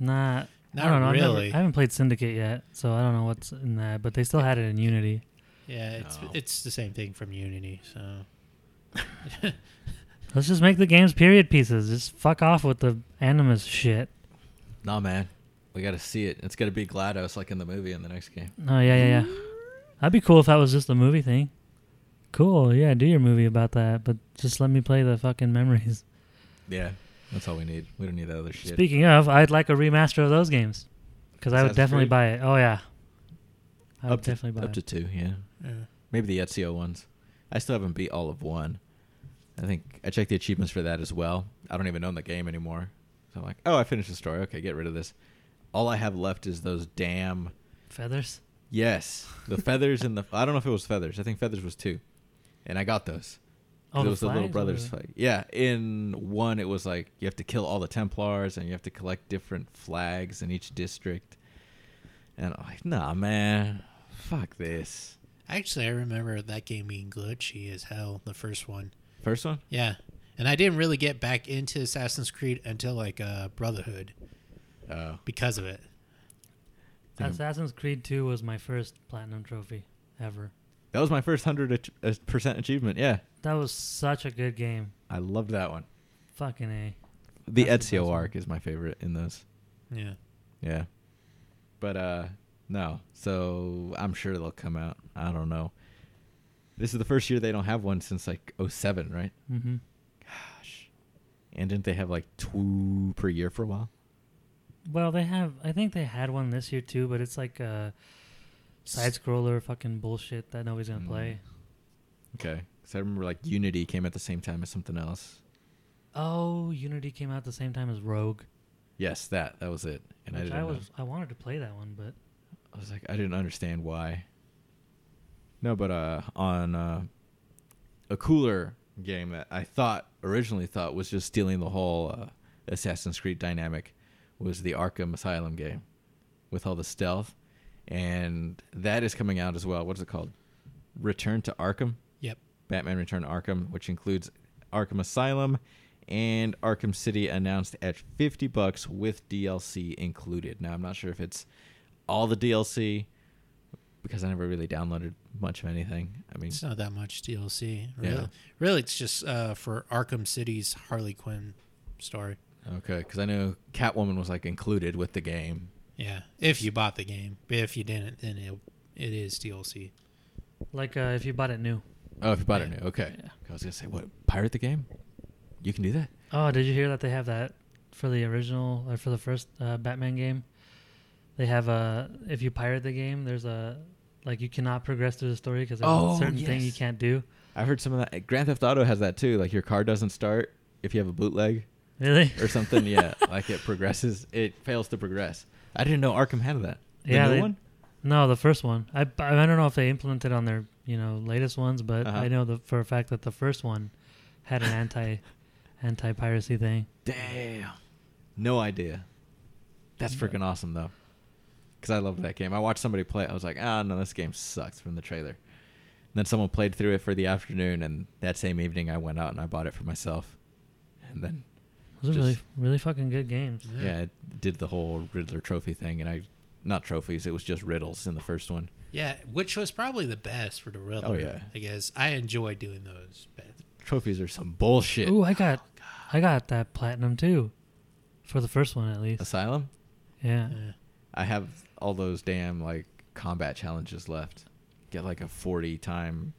S2: not.
S3: Not
S2: I don't know. I've never-
S3: really.
S2: I haven't played Syndicate yet, so I don't know what's in that. But they still had it in Unity.
S3: Yeah, it's
S1: No.
S3: it's the same thing from Unity. So
S2: Let's just make the games period pieces. Just fuck off with the Animus shit.
S1: Nah, man, we got to see it. It's gonna be Glados like in the movie in the next game.
S2: Oh yeah, yeah, yeah. That'd be cool if that was just a movie thing. Cool, yeah, do your movie about that, but just let me play the fucking memories.
S1: Yeah, that's all we need. We don't need that other shit.
S2: Speaking of, I'd like a remaster of those games because I would
S1: Assassin's
S2: definitely
S1: Creed?
S2: buy it. Oh yeah, I would
S1: up to,
S2: definitely buy
S1: up
S2: it.
S1: to two. Yeah,
S3: yeah.
S1: maybe the Ezio ones. I still haven't beat all of one. I think I checked the achievements for that as well. I don't even own the game anymore. So I'm like, oh, I finished the story. Okay, get rid of this. All I have left is those damn
S2: Feathers.
S1: yes, the feathers and the I don't know if it was feathers. I think feathers was two, and I got those.
S2: Oh,
S1: it was the little
S2: flags? What
S1: brothers
S2: was it?
S1: fight. Yeah, in one it was like you have to kill all the Templars and you have to collect different flags in each district. And I'm like, nah, man, fuck this.
S3: Actually, I remember that game being glitchy as hell. The first one.
S1: First one,
S3: Yeah, and I didn't really get back into Assassin's Creed until like uh, Brotherhood
S1: oh,
S3: because of it.
S1: Think-
S2: Assassin's Creed Two was my first platinum trophy ever.
S1: that was my first hundred uh, percent achievement. Yeah,
S2: That was such a good game.
S1: I loved that one.
S2: Fucking a.
S1: The
S2: That's the best
S1: Ezio
S2: one.
S1: arc is my favorite in those.
S3: Yeah.
S1: Yeah. But uh no. So I'm sure they'll come out. I don't know. This is the first year they don't have one since like 07, right?
S2: Mm-hmm.
S1: Gosh. And didn't they have like two per year for a while?
S2: Well, they have. I think they had one this year too, but it's like a side scroller fucking bullshit that nobody's gonna
S1: Mm.
S2: play.
S1: Okay. Cuz I remember like Unity came at the same time as something else.
S2: Oh, Unity came out the same time as Rogue,
S1: Yes, that that was it. And I
S2: which
S1: didn't
S2: I
S1: know.
S2: was. I wanted to play that one, but
S1: I was like, I didn't understand why. No, but uh, on uh, a cooler game that I thought originally thought was just stealing the whole uh, Assassin's Creed dynamic was the Arkham Asylum game with all the stealth, and that is coming out as well. What is it called? Return to Arkham.
S3: Yep.
S1: Batman Return to Arkham, which includes Arkham Asylum and Arkham City announced at 50 bucks with DLC included. Now I'm not sure if it's all the DLC because I never really downloaded much of anything. I mean,
S3: It's not that much DLC.
S1: Yeah.
S3: Really, really it's just uh, for Arkham City's Harley Quinn story.
S1: okay, cuz I know Catwoman was like included with the game.
S3: Yeah, if you bought the game, but if you didn't, then it it is DLC.
S2: like uh, if you bought it new.
S1: Oh, if you bought it
S3: Yeah.
S1: new. Okay.
S2: Yeah.
S1: I was going to say what? Pirate the game? You can do that?
S2: Oh, did you hear that they have that for the original or for the first uh, Batman game? They have a if you pirate the game, there's a like you cannot progress through the story because there's
S1: Oh,
S2: a certain thing you
S1: yes.
S2: can't do.
S1: I've heard some of that. Grand Theft Auto has that too. Like your car doesn't start if you have a bootleg.
S2: Really?
S1: or something. Yeah, like it progresses, it fails to progress. I didn't know Arkham had that. The
S2: Yeah,
S1: new
S2: they-
S1: one.
S2: No, the first one. I I don't know if they implemented on their you know latest ones, but
S1: Uh-huh.
S2: I know the, for a fact that the first one had an anti anti piracy thing.
S1: Damn. No idea. That's freaking awesome though. Cause I loved that game. I watched somebody play. it. I was like, ah, no, this game sucks from the trailer. And then someone played through it for the afternoon, and that same evening I went out and I bought it for myself. And then
S2: Those are really
S1: Just-
S2: really fucking good games.
S1: yeah,
S3: Yeah.
S1: it did the whole Riddler trophy thing, and I not trophies. It was just riddles in the first one.
S3: Yeah, which was probably the best for the Riddler.
S1: Oh, yeah.
S3: I guess I enjoy doing those. But
S1: Trophies are some bullshit.
S2: Ooh, I got
S1: Oh,
S2: I got that platinum too, for the first one at least.
S1: Asylum.
S2: Yeah.
S3: yeah.
S1: I have all those damn like combat challenges left. Get like a forty time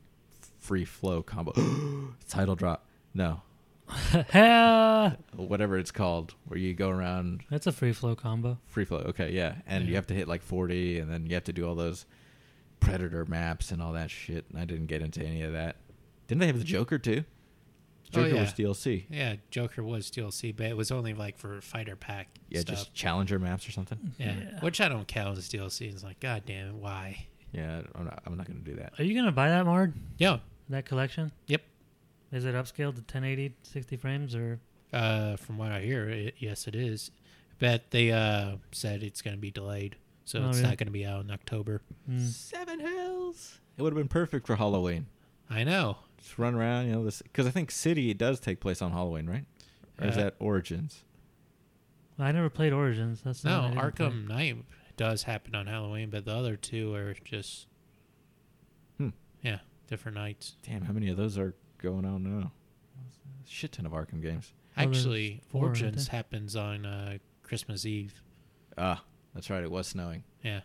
S1: free flow combo. Title drop. No,
S2: Hell,
S1: whatever it's called, where you go around
S2: that's a free flow combo.
S1: free flow. Okay, yeah, and you
S3: Yeah.
S1: have to hit like forty, and then you have to do all those predator maps and all that shit. And I didn't get into any of that. Didn't they have the Joker too?
S3: Oh,
S1: Joker
S3: yeah.
S1: was DLC.
S3: Yeah, Joker was DLC, but it was only like for fighter pack
S1: Yeah,
S3: stuff.
S1: just challenger maps or something.
S3: yeah.
S2: Yeah.
S3: which I don't count as DLC. It's like, god damn it, why?
S1: Yeah, I'm not, I'm not gonna do that.
S2: Are you gonna buy that Mard?
S3: Yeah,
S2: That collection?
S3: Yep.
S2: Is it upscaled to 1080, 60 frames, or
S3: uh, from what I hear, it, yes, it is. But they uh, said it's going to be delayed, so
S2: Oh,
S3: it's
S2: really?
S3: not going to be out in October.
S2: Mm.
S1: Seven Hills. It would have been perfect for Halloween.
S3: I know.
S1: just run around, you know, this because I think City does take place on Halloween, right? Or is
S3: Uh,
S1: that Origins?
S2: I never played Origins. That's the
S3: No,
S2: one I didn't play.
S3: Arkham Knight does happen on Halloween, but the other two are just,
S1: Hmm.
S3: yeah, different nights.
S1: Damn, how many of those are going on now? Shit ton of Arkham games.
S2: Well, Oh, there's
S3: Actually,
S2: four, aren't
S3: Origins happens on uh, Christmas Eve.
S1: Ah, that's right. It was snowing.
S3: Yeah,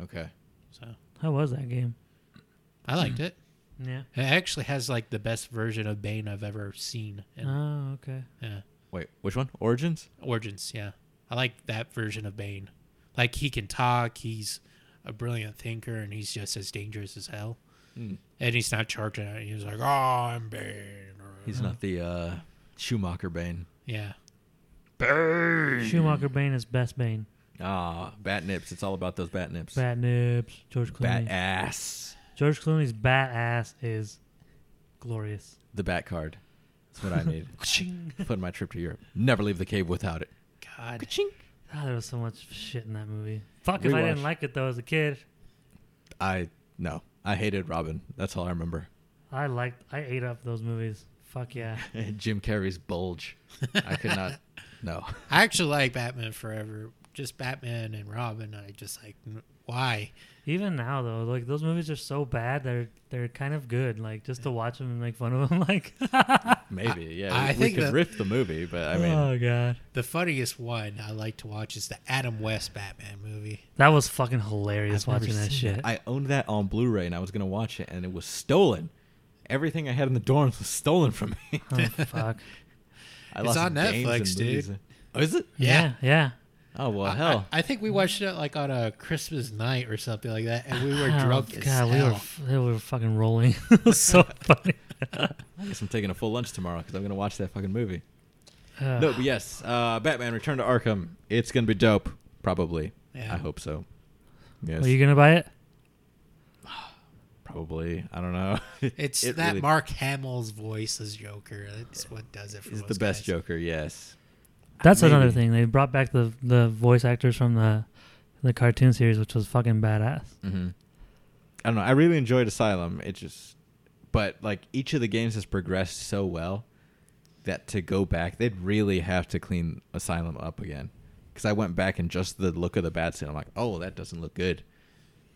S1: Okay.
S3: so
S2: How was that game? Hmm.
S3: I liked it.
S2: Yeah.
S3: It actually has like the best version of Bane I've ever seen. And,
S2: Oh, okay.
S3: yeah.
S1: Wait, which one? Origins?
S3: Origins, yeah. I like that version of Bane. Like he can talk, he's a brilliant thinker, and he's just as dangerous as hell.
S1: Mm.
S3: And he's not charging at it. He's like, oh, I'm Bane.
S1: He's not the uh, Schumacher Bane.
S3: Yeah.
S2: Schumacher Bane is best Bane.
S1: Ah, bat nips. It's all about those bat nips.
S2: Bat nibs. George
S1: bat
S2: Clooney.
S1: ass.
S2: George Clooney's bat ass is glorious.
S1: The bat card. That's what I need. Put in my trip to Europe. Never leave the cave without it.
S3: God.
S2: Ah, there was so much shit in that movie. Fuck if I
S1: Rewatch.
S2: didn't like it though as a kid.
S1: I no. I hated Robin. That's all I remember.
S2: I liked. I ate up those movies. Fuck yeah.
S1: Jim Carrey's bulge. I could not. No.
S3: I actually like Batman Forever. Just Batman and Robin. I just like, n- why?
S2: Even now though, like those movies are so bad, they're they're kind of good. Like just to watch them and make fun of them, like.
S1: Maybe, yeah.
S3: I
S1: we
S3: think
S1: could
S3: that-
S1: riff the movie, but I mean,
S2: oh god,
S3: The funniest one I like to watch is the Adam West Batman movie.
S2: that was fucking hilarious
S1: I've never
S2: watching that
S1: seen
S2: shit.
S1: I owned that on Blu-ray, and I was gonna watch it, and it was stolen. Everything I had in the dorms was stolen from me.
S2: oh fuck.
S1: I
S3: It's on
S1: games and
S3: Netflix, dude.
S1: movies. Oh, is it?
S2: Yeah, yeah.
S1: Oh well,
S3: I-
S1: hell.
S3: I, I think we watched it like on a Christmas night or something like that, and we were
S2: Oh,
S3: drunk as
S2: God, we were,
S3: hell.
S2: f- we were fucking rolling. It was so funny.
S1: I guess I'm taking a full lunch tomorrow because I'm gonna watch that fucking movie. No, but yes, uh, Batman: Return to Arkham. It's gonna be dope, probably.
S3: Yeah.
S1: I hope so. Yes,
S2: Are you gonna buy it?
S1: probably. I don't know.
S3: It's
S1: It
S3: that
S1: really-
S3: Mark Hamill's voice as Joker. That's what does it for
S1: He's the
S3: those
S1: best
S3: guys.
S1: Joker. Yes.
S2: That's another
S1: Maybe.
S2: thing. They brought back the the voice actors from the the cartoon series, which was fucking badass.
S1: Mm-hmm. I don't know. I really enjoyed Asylum. It just, but like each of the games has progressed so well that to go back, they'd really have to clean Asylum up again. Because I went back and just the look of the bat scene, I'm like, oh, that doesn't look good.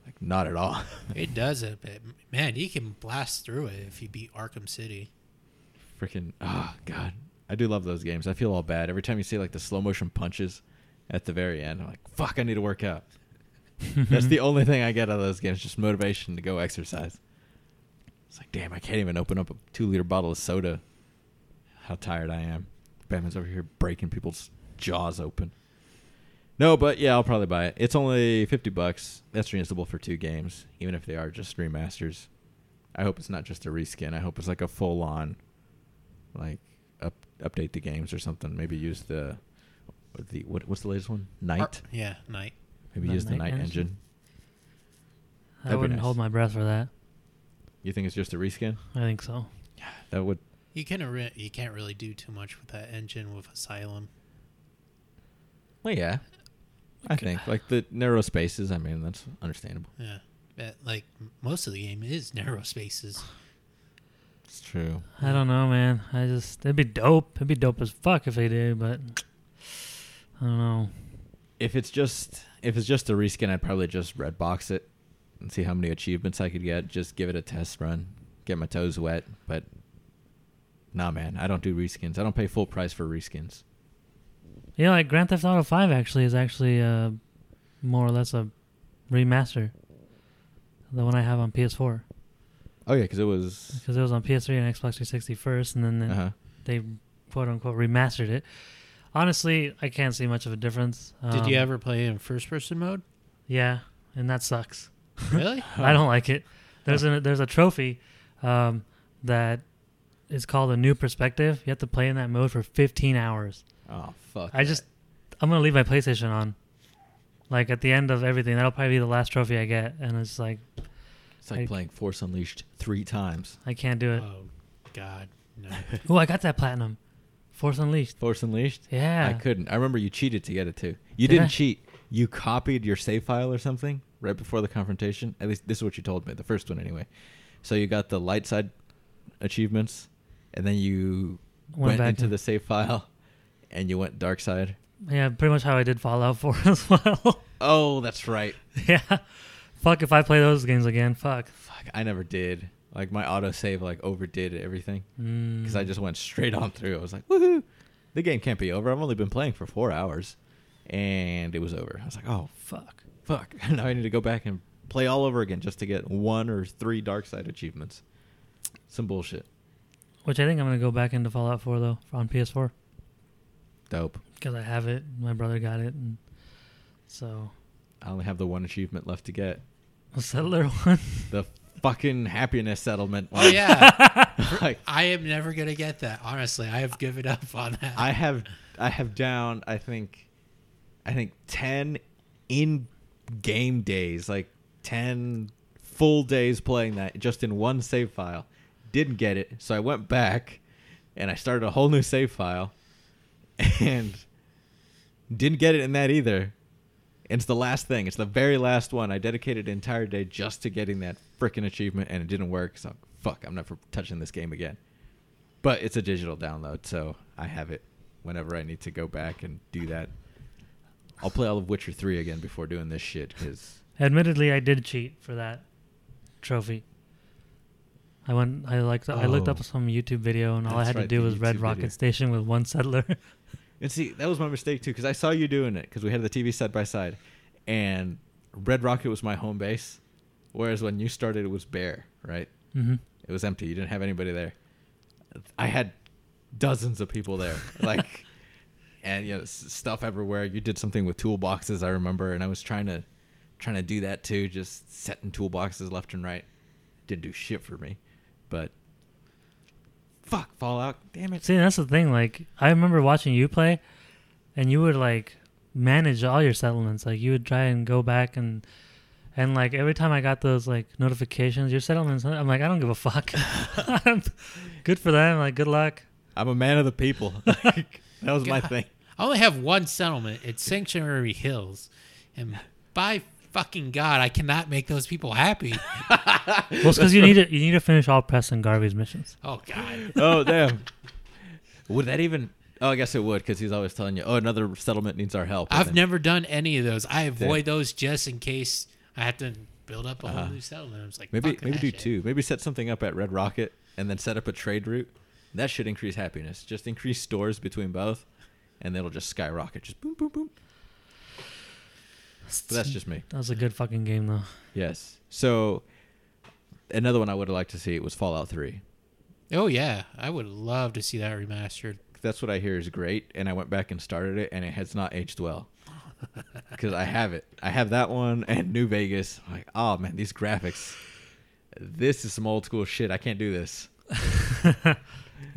S1: Like, not at all.
S3: It does it, but man, he can blast through it if you beat Arkham City.
S1: Freaking, oh, God. I do love those games. I feel all bad. Every time you see like the slow motion punches at the very end, I'm like, fuck, I need to work out. That's the only thing I get out of those games, just motivation to go exercise. It's like, damn, I can't even open up a two liter bottle of soda. How tired I am. Batman's over here breaking people's jaws open. No, but yeah, I'll probably buy it. It's only fifty bucks. That's reasonable for two games, even if they are just remasters. I hope it's not just a reskin. I hope it's like a full on like up update the games or something. Maybe use the the what, what's the latest one? Night.
S3: Ar- yeah, Night.
S1: Maybe
S2: The
S1: use the
S2: night
S1: night
S2: engine?
S1: engine.
S2: I
S1: That'd be
S2: wouldn't
S1: nice.
S2: hold my breath for that.
S1: You think it's just a reskin?
S2: I think so.
S1: That would.
S3: You can re- you can't really do too much with that engine with Asylum.
S1: Well, yeah. I
S2: Okay.
S1: think like the narrow spaces. I mean, that's understandable.
S3: Yeah, but like m- most of the game is narrow spaces.
S1: It's true.
S2: I don't know, man. I just it'd be dope. It'd be dope as fuck if they did, but I don't know.
S1: If it's just if it's just a reskin, I'd probably just red box it and see how many achievements I could get. Just give it a test run, get my toes wet. But nah, man, I don't do reskins. I don't pay full price for reskins.
S2: Yeah, like Grand Theft Auto Five actually is actually uh, more or less a remaster. The one I have on PS4
S1: Oh yeah, because it was.
S2: because it was on PS3 and Xbox 360 first, and then they-
S3: Uh-huh.
S1: Uh huh.
S2: they quote unquote remastered it. Honestly, I can't see much of a difference.
S3: Did you
S2: Um,
S3: ever play in first person mode?
S2: Yeah, and that sucks.
S3: Really?
S2: I
S1: Um,
S2: don't like it. There's a there's a trophy um, that is called a new perspective. You have to play in that mode for 15 hours.
S1: Oh fuck.
S2: I just I'm gonna leave my PlayStation on. Like at the end of everything, that'll probably be the last trophy I get, and it's like
S1: It's like
S2: I-
S1: playing Force Unleashed three times.
S2: I can't do it.
S1: Uh,
S3: oh God, no.
S2: Oh, I got that platinum, Force Unleashed.
S1: Force Unleashed.
S2: Yeah,
S1: I couldn't. I remember you cheated to get it too. You
S2: Did
S1: Did not
S2: I?
S1: cheat. You copied your save file or something right before the confrontation. At least this is what you told me. The first one, anyway. So you got the light side achievements, and then you
S2: Went
S1: went,
S2: back
S1: into
S2: and-
S1: the save file, and you went dark side.
S2: yeah, pretty much how I did Fallout 4 as well.
S1: Oh, that's right.
S2: yeah, fuck if I play those games again. Fuck.
S1: Fuck, I never did. Like my autosave like overdid everything
S2: Mm.
S1: because I just went straight on through. I was like, woohoo! The game can't be over. I've only been playing for four hours, and it was over. I was like, oh
S2: fuck.
S1: fuck now i need to go back and play all over again just to get one or three dark side achievements some bullshit
S2: Which I think I'm gonna go back into Fallout 4 though on PS4.
S1: dope
S2: because I have it. My brother got it, and so
S1: i only have the one achievement left to get
S2: the settler one.
S1: the fucking happiness settlement
S3: Oh yeah,
S1: Like,
S3: I am never gonna get that. Honestly, I have given up on that.
S1: i have i have down i think i think 10 in game days like 10 full days playing that just in one save file didn't get it so i went back and i started a whole new save file and didn't get it in that either it's the last thing it's the very last one i dedicated an entire day just to getting that freaking achievement and it didn't work so fuck i'm never touching this game again but it's a digital download so i have it whenever i need to go back and do that i'll play all of witcher 3 again before doing this shit because
S2: Admittedly, I did cheat for that trophy. I went. I liked. I looked
S1: Oh.
S2: up some YouTube video, and all I
S1: That's
S2: had to
S1: right,
S2: do
S1: the
S2: was Red
S1: YouTube
S2: Rocket
S1: video.
S2: Station with one settler.
S1: And see, that was my mistake too, because I saw you doing it, because we had the TV side by side, and Red Rocket was my home base, whereas when you started, it was bare, right?
S2: mm-hmm.
S1: It was empty. You didn't have anybody there. I had dozens of people there, like, and you know, s- stuff everywhere. You did something with toolboxes, I remember, and I was trying to, trying to do that too, just setting toolboxes left and right. Didn't do shit for me, but fuck Fallout, damn it.
S2: See, that's the thing. Like, I remember watching you play, and you would like manage all your settlements. Like, you would try and go back and and like every time I got those like notifications, your settlements. I'm like, I don't give a fuck. good for them. Like, good luck.
S1: I'm a man of the people. Like, that was my
S3: God.
S1: thing.
S3: I only have one settlement. It's Sanctuary Hills, and by fucking God, I cannot make those people happy.
S2: Well, it's because you need to you need to finish all Press and Garvey's missions.
S3: Oh God,
S1: Oh damn. would that even? Oh, I guess it would because he's always telling you, "Oh, another settlement needs our help." and
S3: I've
S1: then-
S3: never done any of those. I avoid those just in case I have to build up a whole
S1: Uh-huh.
S3: new settlement. I was like,
S1: Maybe
S3: fuck
S1: maybe
S3: that
S1: do
S3: shit.
S1: two. Maybe set something up at Red Rocket and then set up a trade route. That should increase happiness. Just increase stores between both, and it'll just skyrocket. Just boom, boom, boom. But that's just me.
S2: That was a good fucking game though.
S1: Yes. So another one I would have liked to see was Fallout Three.
S3: Oh yeah, I would love to see that remastered.
S1: that's what I hear is great, and I went back and started it, and it has not aged well. Because I have it, I have that one and New Vegas. I'm like, oh man, these graphics. This is some old school shit. I can't do this.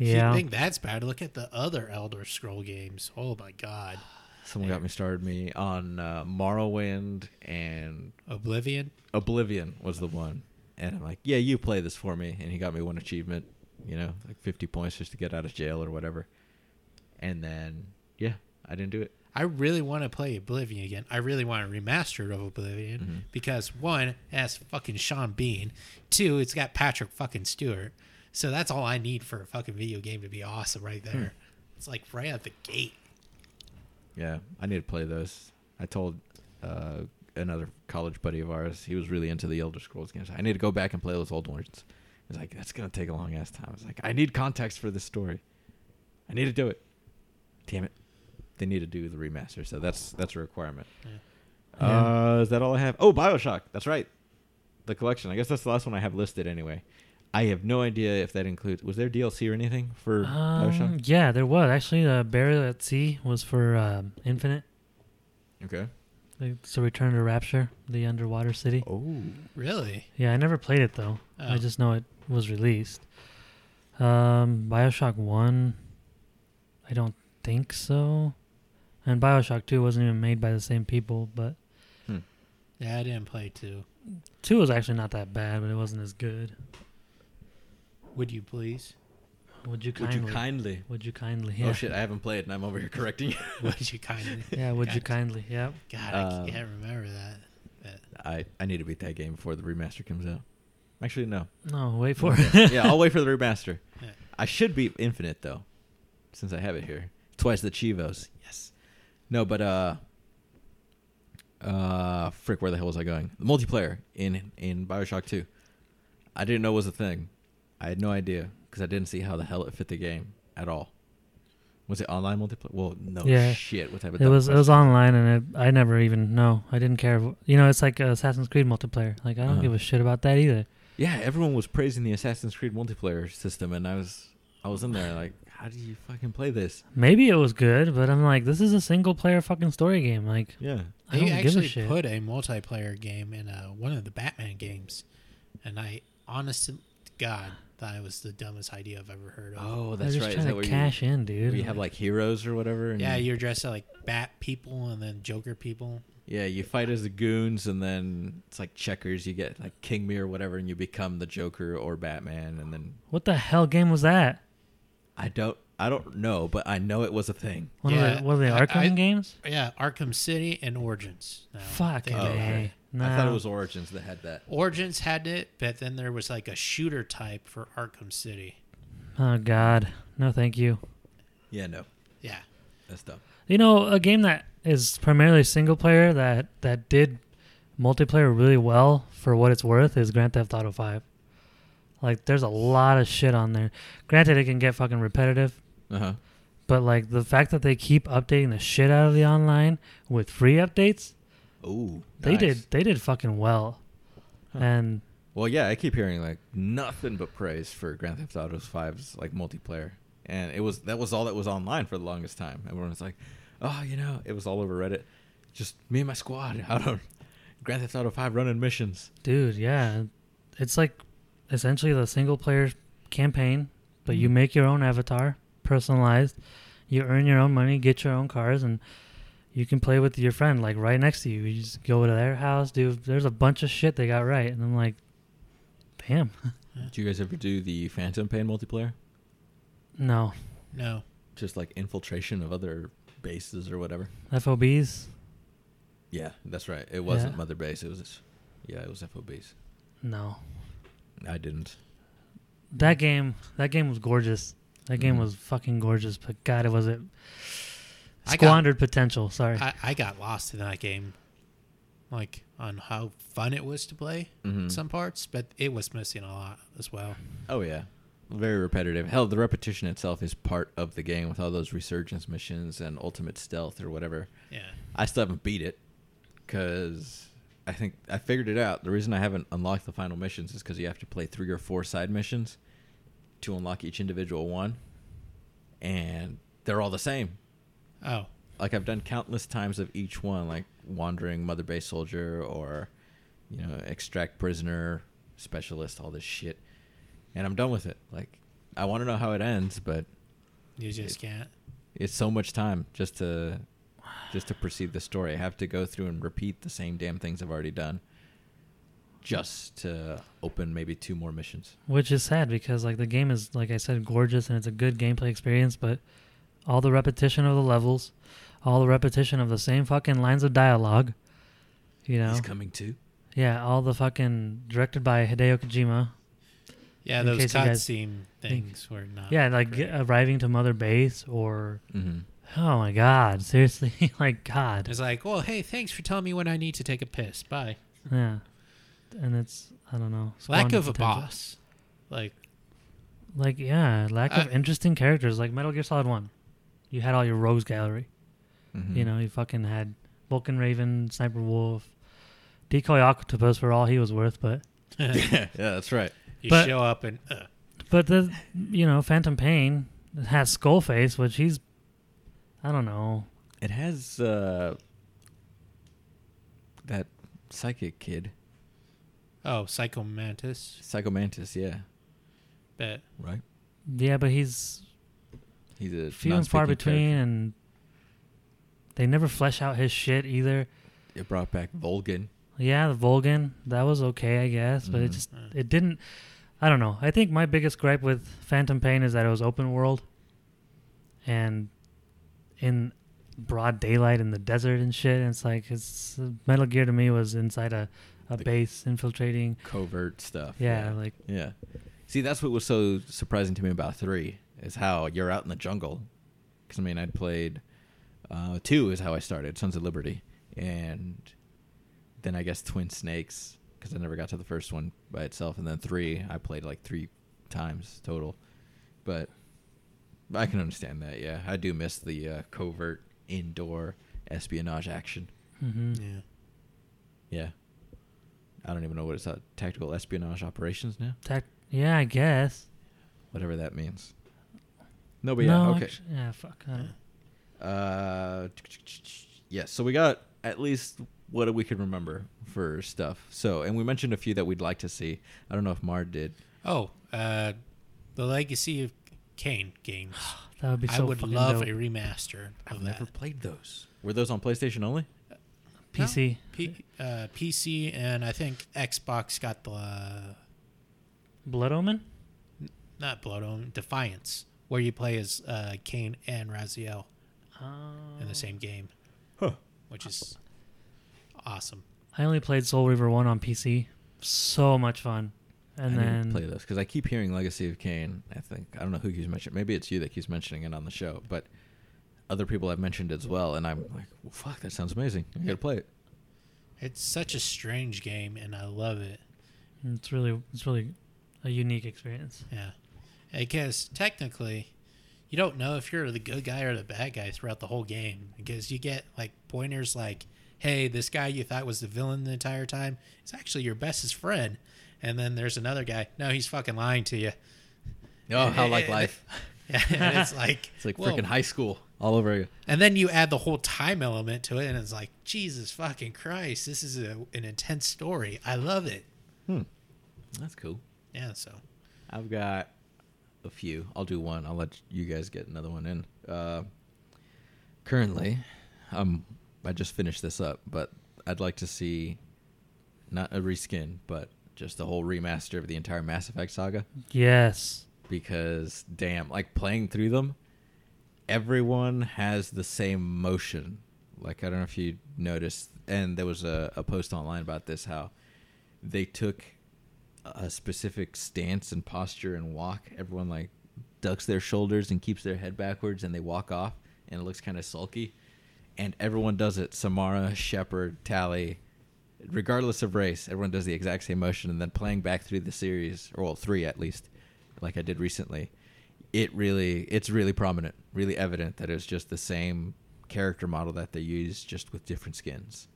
S3: If you
S2: Yeah.
S3: think that's bad, look at the other Elder Scroll games. Oh my God.
S1: Someone got me started me on uh, Morrowind and
S3: Oblivion.
S1: Oblivion was the one, and I'm like, yeah, you play this for me, and he got me one achievement, you know, like 50 points just to get out of jail or whatever, and then yeah, I didn't do it.
S3: I really want to play Oblivion again. I really want a remastered of Oblivion because one, it has fucking Sean Bean. Two, it's got Patrick fucking Stewart. So that's all I need for a fucking video game to be awesome right there. It's like right out the gate.
S1: Yeah, I need to play those. I told uh, another college buddy of ours, he was really into the Elder Scrolls games. I need to go back and play those old ones. He's like, that's gonna take a long ass time. I was like, I need context for this story. I need to do it. Damn it, they need to do the remaster. So that's that's a requirement. Uh, is that all I have? Oh, Bioshock. That's right, the collection. I guess that's the last one I have listed anyway. I have no idea if that includes. Was there DLC or anything for
S2: Um,
S1: Bioshock?
S2: yeah, there was actually uh, Burial at Sea was for um, Infinite.
S1: Okay.
S2: Like, So Return to Rapture, the underwater city.
S1: Oh.
S3: Really?
S2: Yeah, I never played it though.
S3: Oh.
S2: I just know it was released. Um, Bioshock One, I don't think so, and Bioshock Two wasn't even made by the same people. But
S3: Yeah, I didn't play two.
S2: Two was actually not that bad, but it wasn't as good.
S3: Would you please?
S2: Would you
S1: Would
S2: kindly?
S1: you kindly?
S2: Would you kindly? Yeah.
S1: Oh shit, I haven't played, and I'm over here correcting you.
S3: Would you kindly?
S2: Yeah. Would you
S3: Gotcha.
S2: kindly? Yeah.
S3: God,
S1: Um,
S3: I can't remember that. But
S1: I, I need to beat that game before the remaster comes out. Actually, no.
S2: No. Wait for it.
S1: yeah, I'll wait for the remaster.
S3: Yeah.
S1: I should beat Infinite though, since I have it here. Twice the Chivos. Yes. No, but uh, uh, frick, where the hell was I going? The multiplayer in in Bioshock Two. I didn't know was a thing. I had no idea because I didn't see how the hell it fit the game at all. Was it online multiplayer? Well, no
S2: Yeah.
S1: shit. What type of
S2: It
S1: dumb
S2: was it was
S1: question?
S2: online and it, I never even no I didn't care wh- you know it's like Assassin's Creed multiplayer like I don't
S1: Uh-huh.
S2: give a shit about that either
S1: Yeah, everyone was praising the Assassin's Creed multiplayer system, and I was I was in there like, how do you fucking play this?
S2: maybe it was good but I'm like this is a single player fucking story game like
S1: Yeah.
S2: I
S3: they
S2: don't give a
S3: actually
S2: shit
S3: put a multiplayer game in uh, one of the Batman games, and I honestly, God, thought it was the dumbest idea I've ever heard of.
S1: Oh,
S2: they're
S1: that's
S2: just
S1: right. Is
S2: trying
S1: that
S2: to
S1: where
S2: cash in
S1: you,
S2: dude
S1: where you have like heroes or whatever? And
S3: Yeah,
S1: You,
S3: you're dressed as like bat people and then Joker people.
S1: yeah, you fight as the goons, and then it's like checkers. You get like King Me or whatever, and you become the Joker or Batman, and then
S2: what the hell game was that
S1: I don't I don't know, but I know it was a thing.
S2: one of
S3: Yeah,
S2: the one of the
S3: I-
S2: Arkham
S3: I-
S2: games
S3: Yeah, Arkham City and Origins. Now,
S2: fuck
S3: think
S2: no.
S3: about it.
S2: no
S1: Oh, I thought it was Origins that had that.
S3: Origins had it, but then there was like a shooter type for Arkham City.
S2: oh god no thank you
S1: Yeah, no,
S3: Yeah,
S1: that's dumb.
S2: You know, a game that is primarily single player that that did multiplayer really well for what it's worth is Grand Theft Auto 5. Like there's a lot of shit on there. Granted it can get fucking repetitive,
S1: Uh huh.
S2: but like the fact that they keep updating the shit out of the online with free updates,
S1: Oh,
S2: they did they did fucking well.
S1: Huh.
S2: And
S1: Well, yeah, I keep hearing like nothing but praise for Grand Theft Auto 5's like multiplayer, and it was that was all that was online for the longest time. Everyone was like, "Oh, you know," it was all over Reddit. Just me and my squad out on Grand Theft Auto 5 running missions.
S2: dude, yeah, it's like essentially the single player campaign, but you make your own avatar, personalized. You earn your own money, get your own cars, and you can play with your friend like right next to you. You just go to their house, dude. There's a bunch of shit they got right, and I'm like, damn,
S1: Did you guys ever do the Phantom Pain multiplayer?
S2: no,
S3: no,
S1: Just like infiltration of other bases or whatever.
S2: FOBs,
S1: Yeah, that's right. It wasn't
S2: Yeah.
S1: Mother Base. It was, yeah, it was FOBs.
S2: no.
S1: I didn't.
S2: That game, that game was gorgeous. That game
S3: Mm.
S1: Mhm.
S2: was fucking gorgeous, but God, it was it
S3: I got-
S2: squandered potential. Sorry.
S3: I, I got lost in that game, like on how fun it was to play
S2: Mm-hmm.
S1: Mhm.
S3: some parts, but it was missing a lot as well.
S1: Oh yeah, very repetitive. Hell, the repetition itself is part of the game with all those resurgence missions and ultimate stealth or whatever.
S3: Yeah,
S1: I still haven't beat it because I think I figured it out. The reason I haven't unlocked the final missions is because you have to play three or four side missions to unlock each individual one, and they're all the same.
S3: oh,
S1: Like I've done countless times of each one, like wandering mother base soldier or you know extract prisoner specialist, all this shit, and I'm done with it. Like I want to know how it ends, but
S3: you just can't.
S1: it's so much time just to just to proceed the story. I have to go through and repeat the same damn things I've already done just to open maybe two more missions.
S2: Which is sad because like the game is like I said gorgeous and it's a good gameplay experience, but all the repetition of the levels, all the repetition of the same fucking lines of dialogue, you know.
S1: He's coming too.
S2: Yeah, all the fucking directed by Hideo Kojima.
S3: Yeah,
S2: In
S3: those
S2: case you guys
S3: cutscene things were not.
S2: Yeah, like
S3: Uh, great.
S2: arriving to Mother Base or
S1: Mm-hmm.
S2: oh my god, seriously, like god.
S3: It's like, well, hey, thanks for telling me when I need to take a piss. Bye.
S2: Yeah. And it's I don't know. it's
S3: Lack
S2: gone to
S3: of a
S2: potential.
S3: boss. Like,
S2: Like yeah, lack of
S3: I-
S2: interesting characters like Metal Gear Solid 1. You had all your rogues gallery.
S1: Mm-hmm.
S3: Hmm.
S2: You know, you fucking had Vulcan Raven, Sniper Wolf, Decoy Octopus for all he was worth, but
S3: you
S1: yeah, that's right.
S2: But-
S3: show up and uh,
S2: but the you know, Phantom Pain has Skullface, which he's I don't know.
S1: It has uh, that psychic kid,
S3: oh, Psycho Mantis.
S1: Psychomantis, yeah.
S3: But
S1: Right?
S2: Yeah, but he's
S1: He's a
S2: few and far
S1: non-speaking
S2: between
S1: character.
S2: and they never flesh out his shit either.
S1: It brought back Volgan.
S2: Yeah, the Vulcan, that was okay, I guess, but it
S1: Mhm.
S2: just
S3: uh,
S2: it didn't I don't know. I think my biggest gripe with Phantom Pain is that it was open world and in broad daylight in the desert and shit. And it's like it's Metal Gear to me was inside a, a
S1: The-
S2: base infiltrating.
S1: Covert stuff.
S2: Yeah, like
S1: Yeah. See, that's what was so surprising to me about three is how you're out in the jungle. Because I mean, I played uh, two is how I started Sons of Liberty, and then I guess Twin Snakes because I never got to the first one by itself, and then three I played like three times total. But I can understand that. Yeah, I do miss the uh, covert indoor espionage action.
S2: hmm
S3: yeah.
S1: Yeah. I don't even know what it's uh, tactical espionage operations now.
S2: Tac- yeah, I guess.
S1: whatever that means. No, but yeah, okay.
S2: actu- yeah, fuck. I don't-
S1: Uh, yes, so we got at least what we can remember for stuff. So, and we mentioned a few that we'd like to see. I don't know if Mar did.
S3: Oh, uh, the Legacy of Kane games.
S2: That would be
S3: I
S2: so
S3: would
S2: fucking
S3: love
S2: dope.
S3: a remaster of that.
S1: played those. Were those on PlayStation only?
S2: PC.
S3: P- uh, PC and I think Xbox got the uh,
S2: Blood Omen?
S3: not Blood Omen Defiance, where you play as uh, Kane and Raziel in
S2: Oh.
S3: the same game,
S1: Huh.
S3: which is awesome.
S2: I only played Soul Reaver 1 on PC. So much fun. And
S1: I
S2: then
S1: didn't play those because I keep hearing Legacy of Kain. I think I don't know who keeps mentioning. Maybe it's you that keeps mentioning it on the show, but other people have mentioned as well. And I'm like, well, fuck, that sounds amazing. I gotta play it.
S3: It's such a strange game, and I love it.
S2: It's really it's really a unique experience.
S3: Yeah, because technically, you don't know if you're the good guy or the bad guy throughout the whole game because you get like pointers like, "Hey, this guy you thought was the villain the entire time is actually your bestest friend," and then there's another guy. No, he's fucking lying to you.
S1: Oh, how like life!
S3: Yeah, and it's like
S1: It's like
S3: whoa.
S1: freaking high school all over again.
S3: And then you add the whole time element to it, and it's like Jesus fucking Christ, this is a, an intense story. I love it.
S1: Hmm. That's cool.
S3: Yeah, so
S1: I've got a few. I'll do one. I'll let you guys get another one in. Uh, currently, um, I just finished this up, but I'd like to see not a reskin, but just the whole remaster of the entire Mass Effect saga
S2: Yes.
S1: because damn, like playing through them, everyone has the same motion. Like I don't know if you noticed, and there was a, a post online about this how they took a specific stance and posture and walk. Everyone like ducks their shoulders and keeps their head backwards, and they walk off, and it looks kind of sulky. And everyone does it. Samara, Shepard, Tally, regardless of race, everyone does the exact same motion. And then playing back through the series, or well, three at least, like I did recently, it really, it's really prominent, really evident that it's just the same character model that they use, just with different skins.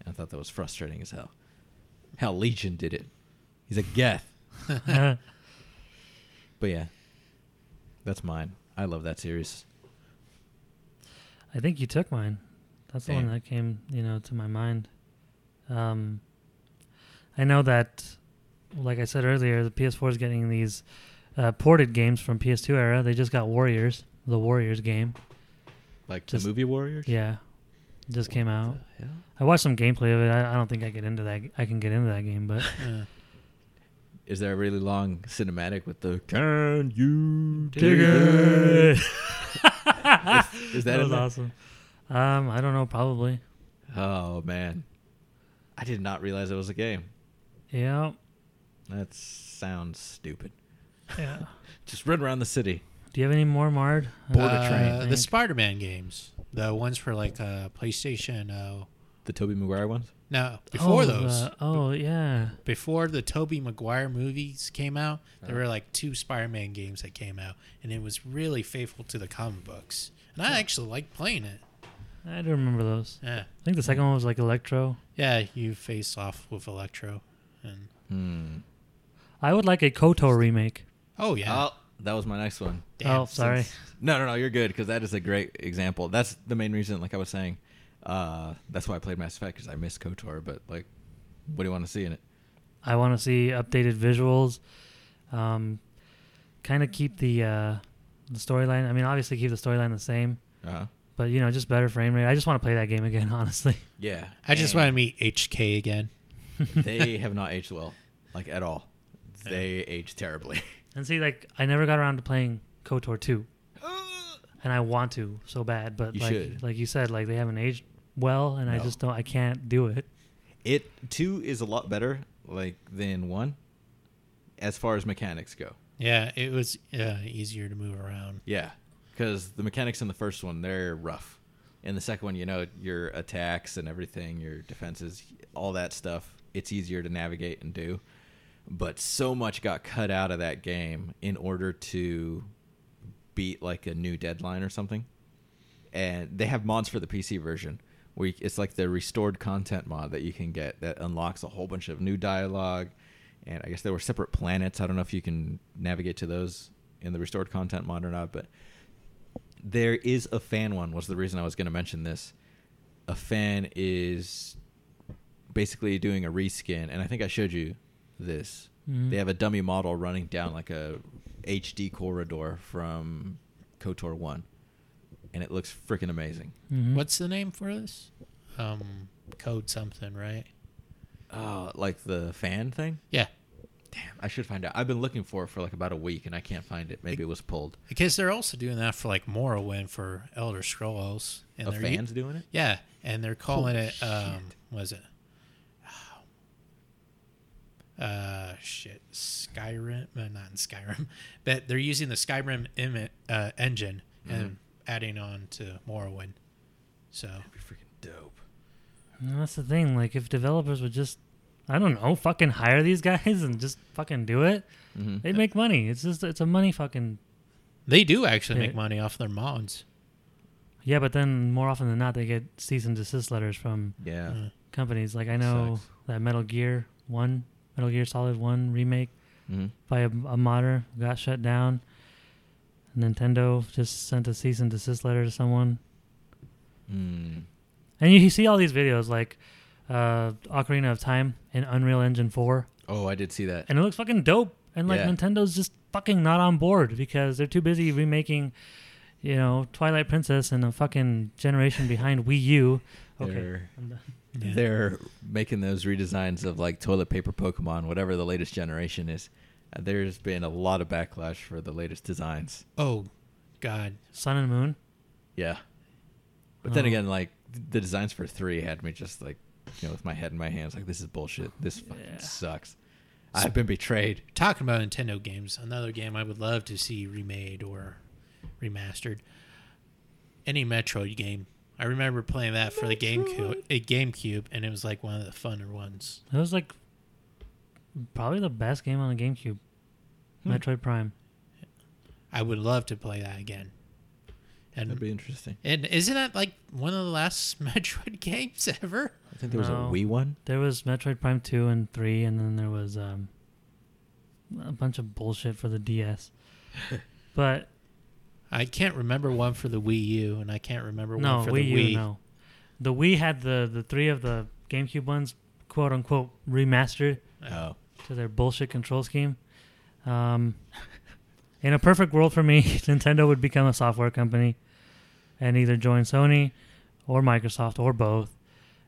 S1: And I thought that was frustrating as hell. Hell, Legion did it. He's a Geth.
S2: yeah,
S1: But yeah, that's mine. I love that series.
S2: I think you took mine. That's the one
S1: Damn.
S2: that came, you know, to my mind. Um I know that like I said earlier, the PS4 is getting these uh, ported games from PS2 era. They just got Warriors, the Warriors game.
S1: Like
S2: Just-
S1: the movie Warriors?
S2: Yeah. It just came out.
S1: Yeah.
S2: I watched some gameplay of it. I, I don't think I get into that. I can get into that game, but
S3: Uh,
S1: Is there a really long cinematic with the Can you dig it?
S2: is,
S1: is that
S2: that
S1: in
S2: was
S1: there?
S2: awesome. Um, I don't know. Probably.
S1: Oh man. I did not realize it was a game.
S2: Yeah.
S1: That sounds stupid.
S2: Yeah.
S1: Just run around the city.
S2: Do you have any more, Mard?
S1: Board Border a
S3: uh,
S1: train, I
S3: The
S2: think.
S3: Spider-Man games, the ones for like uh, PlayStation. Uh,
S1: The Toby Maguire ones?
S3: no, before
S2: Oh,
S3: those,
S2: the- oh yeah.
S3: before the Toby Maguire movies came out, there were like two Spider-Man games that came out, and it was really faithful to the comic books. And I actually liked playing it.
S2: I do remember those.
S3: Yeah,
S2: I think the second one was like Electro.
S3: yeah, you face off with Electro, and
S1: Hmm.
S2: I would like a Koto remake.
S3: oh yeah,
S1: Oh, that was my next one.
S3: Damn,
S2: oh, sorry.
S3: since-
S1: No, no, no, you're good because that is a great example. That's the main reason, like I was saying, uh, that's why I played Mass Effect because I missed KOTOR. But like, what do you want to see in it?
S2: I want to see updated visuals. Um, kind of keep the uh, the storyline. I mean, obviously keep the storyline the same,
S1: Uh-huh.
S2: but you know, just better frame rate. I just want to play that game again, honestly.
S1: Yeah,
S3: I just want to
S1: and
S3: meet HK again.
S1: they have not aged well, like at all. They age terribly.
S2: And see, like, I never got around to playing KOTOR 2, and I want to so bad, but
S1: You
S2: like,
S1: should.
S2: like you said, like they haven't aged well, and I
S1: No.
S2: just don't. I can't do it.
S1: It two is a lot better, like than one, as far as mechanics go.
S3: Yeah, it was uh, easier to move around.
S1: Yeah, because the mechanics in the first one they're rough. In the second one, you know your attacks and everything, your defenses, all that stuff. It's easier to navigate and do, but so much got cut out of that game in order to beat like a new deadline or something. And they have mods for the PC version where you, it's like the restored content mod that you can get that unlocks a whole bunch of new dialogue. And I guess there were separate planets. I don't know if you can navigate to those in the restored content mod or not, but there is a fan one. Was the reason I was going to mention this. A fan is basically doing a reskin, and I think I showed you this.
S2: Mhm.
S1: They have a dummy model running down like a HD corridor from Kotor One, and it looks freaking amazing.
S2: Mhm.
S3: What's the name for this? Um, code something, right?
S1: Oh, like the fan thing?
S3: Yeah,
S1: Damn, I should find out. I've been looking for it for like about a week, and I can't find it. Maybe it was pulled.
S3: because they're also doing that for like Morrowind for Elder Scrolls, and
S1: A
S3: they're
S1: fan's doing it?
S3: yeah, and they're calling
S1: Holy
S3: it um, was it? Uh, shit, Skyrim, uh, not in Skyrim, but they're using the Skyrim Im- uh, engine and adding on to Morrowind. So
S1: Mm-hmm. That'd be freaking dope.
S2: And that's the thing. Like, if developers would just, I don't know, fucking hire these guys and just fucking do it,
S1: Mhm.
S2: they'd make money. It's just, it's a money fucking.
S3: they do actually make
S2: Yeah.
S3: money off their mods.
S2: Yeah, but then more often than not, they get cease and desist letters from
S1: Yeah.
S3: Uh,
S2: companies. Like I know
S1: Sucks.
S2: that Metal Gear One, Metal Gear Solid One remake
S1: Mhm.
S2: by a, a modder got shut down. Nintendo just sent a cease and desist letter to someone,
S1: Mm.
S2: and you, you see all these videos like uh, Ocarina of Time and Unreal Engine Four,
S1: Oh, I did see that.
S2: and it looks fucking dope. And like
S1: Yeah.
S2: Nintendo's just fucking not on board because they're too busy remaking, you know, Twilight Princess and a fucking generation behind Wii U. Okay,
S1: They're,
S2: I'm done.
S3: Yeah.
S1: they're making those redesigns of like toilet paper Pokemon, whatever the latest generation is. Uh, There's been a lot of backlash for the latest designs.
S3: oh, God,
S2: Sun and Moon.
S1: Yeah. But then
S2: Oh.
S1: again, like th- the designs for three had me just like, you know, with my head in my hands, like this is bullshit. This fucking
S2: Yeah.
S1: sucks. I've been betrayed.
S3: talking about Nintendo games, another game I would love to see remade or remastered. Any Metroid game. I remember playing that for the GameCube, a GameCube, and it was like one of the funner ones.
S2: That was like probably the best game on the GameCube.
S1: Hmm.
S2: Metroid Prime.
S3: I would love to play that again.
S1: That'd
S3: And
S1: be interesting.
S3: and isn't that like one of the last Metroid games ever?
S1: I think there was
S2: No.
S1: a Wii one.
S2: There was Metroid Prime 2 and 3 and then there was um a bunch of bullshit for the DS. but
S3: I can't remember one for the Wii U, and I can't remember
S2: no,
S3: one for
S2: Wii
S3: the
S2: U
S3: Wii.
S2: no. The Wii had the the 3 of the GameCube ones quote unquote remastered
S1: Oh.
S2: to their bullshit control scheme. Um in a perfect world for me, Nintendo would become a software company and either join Sony or Microsoft or both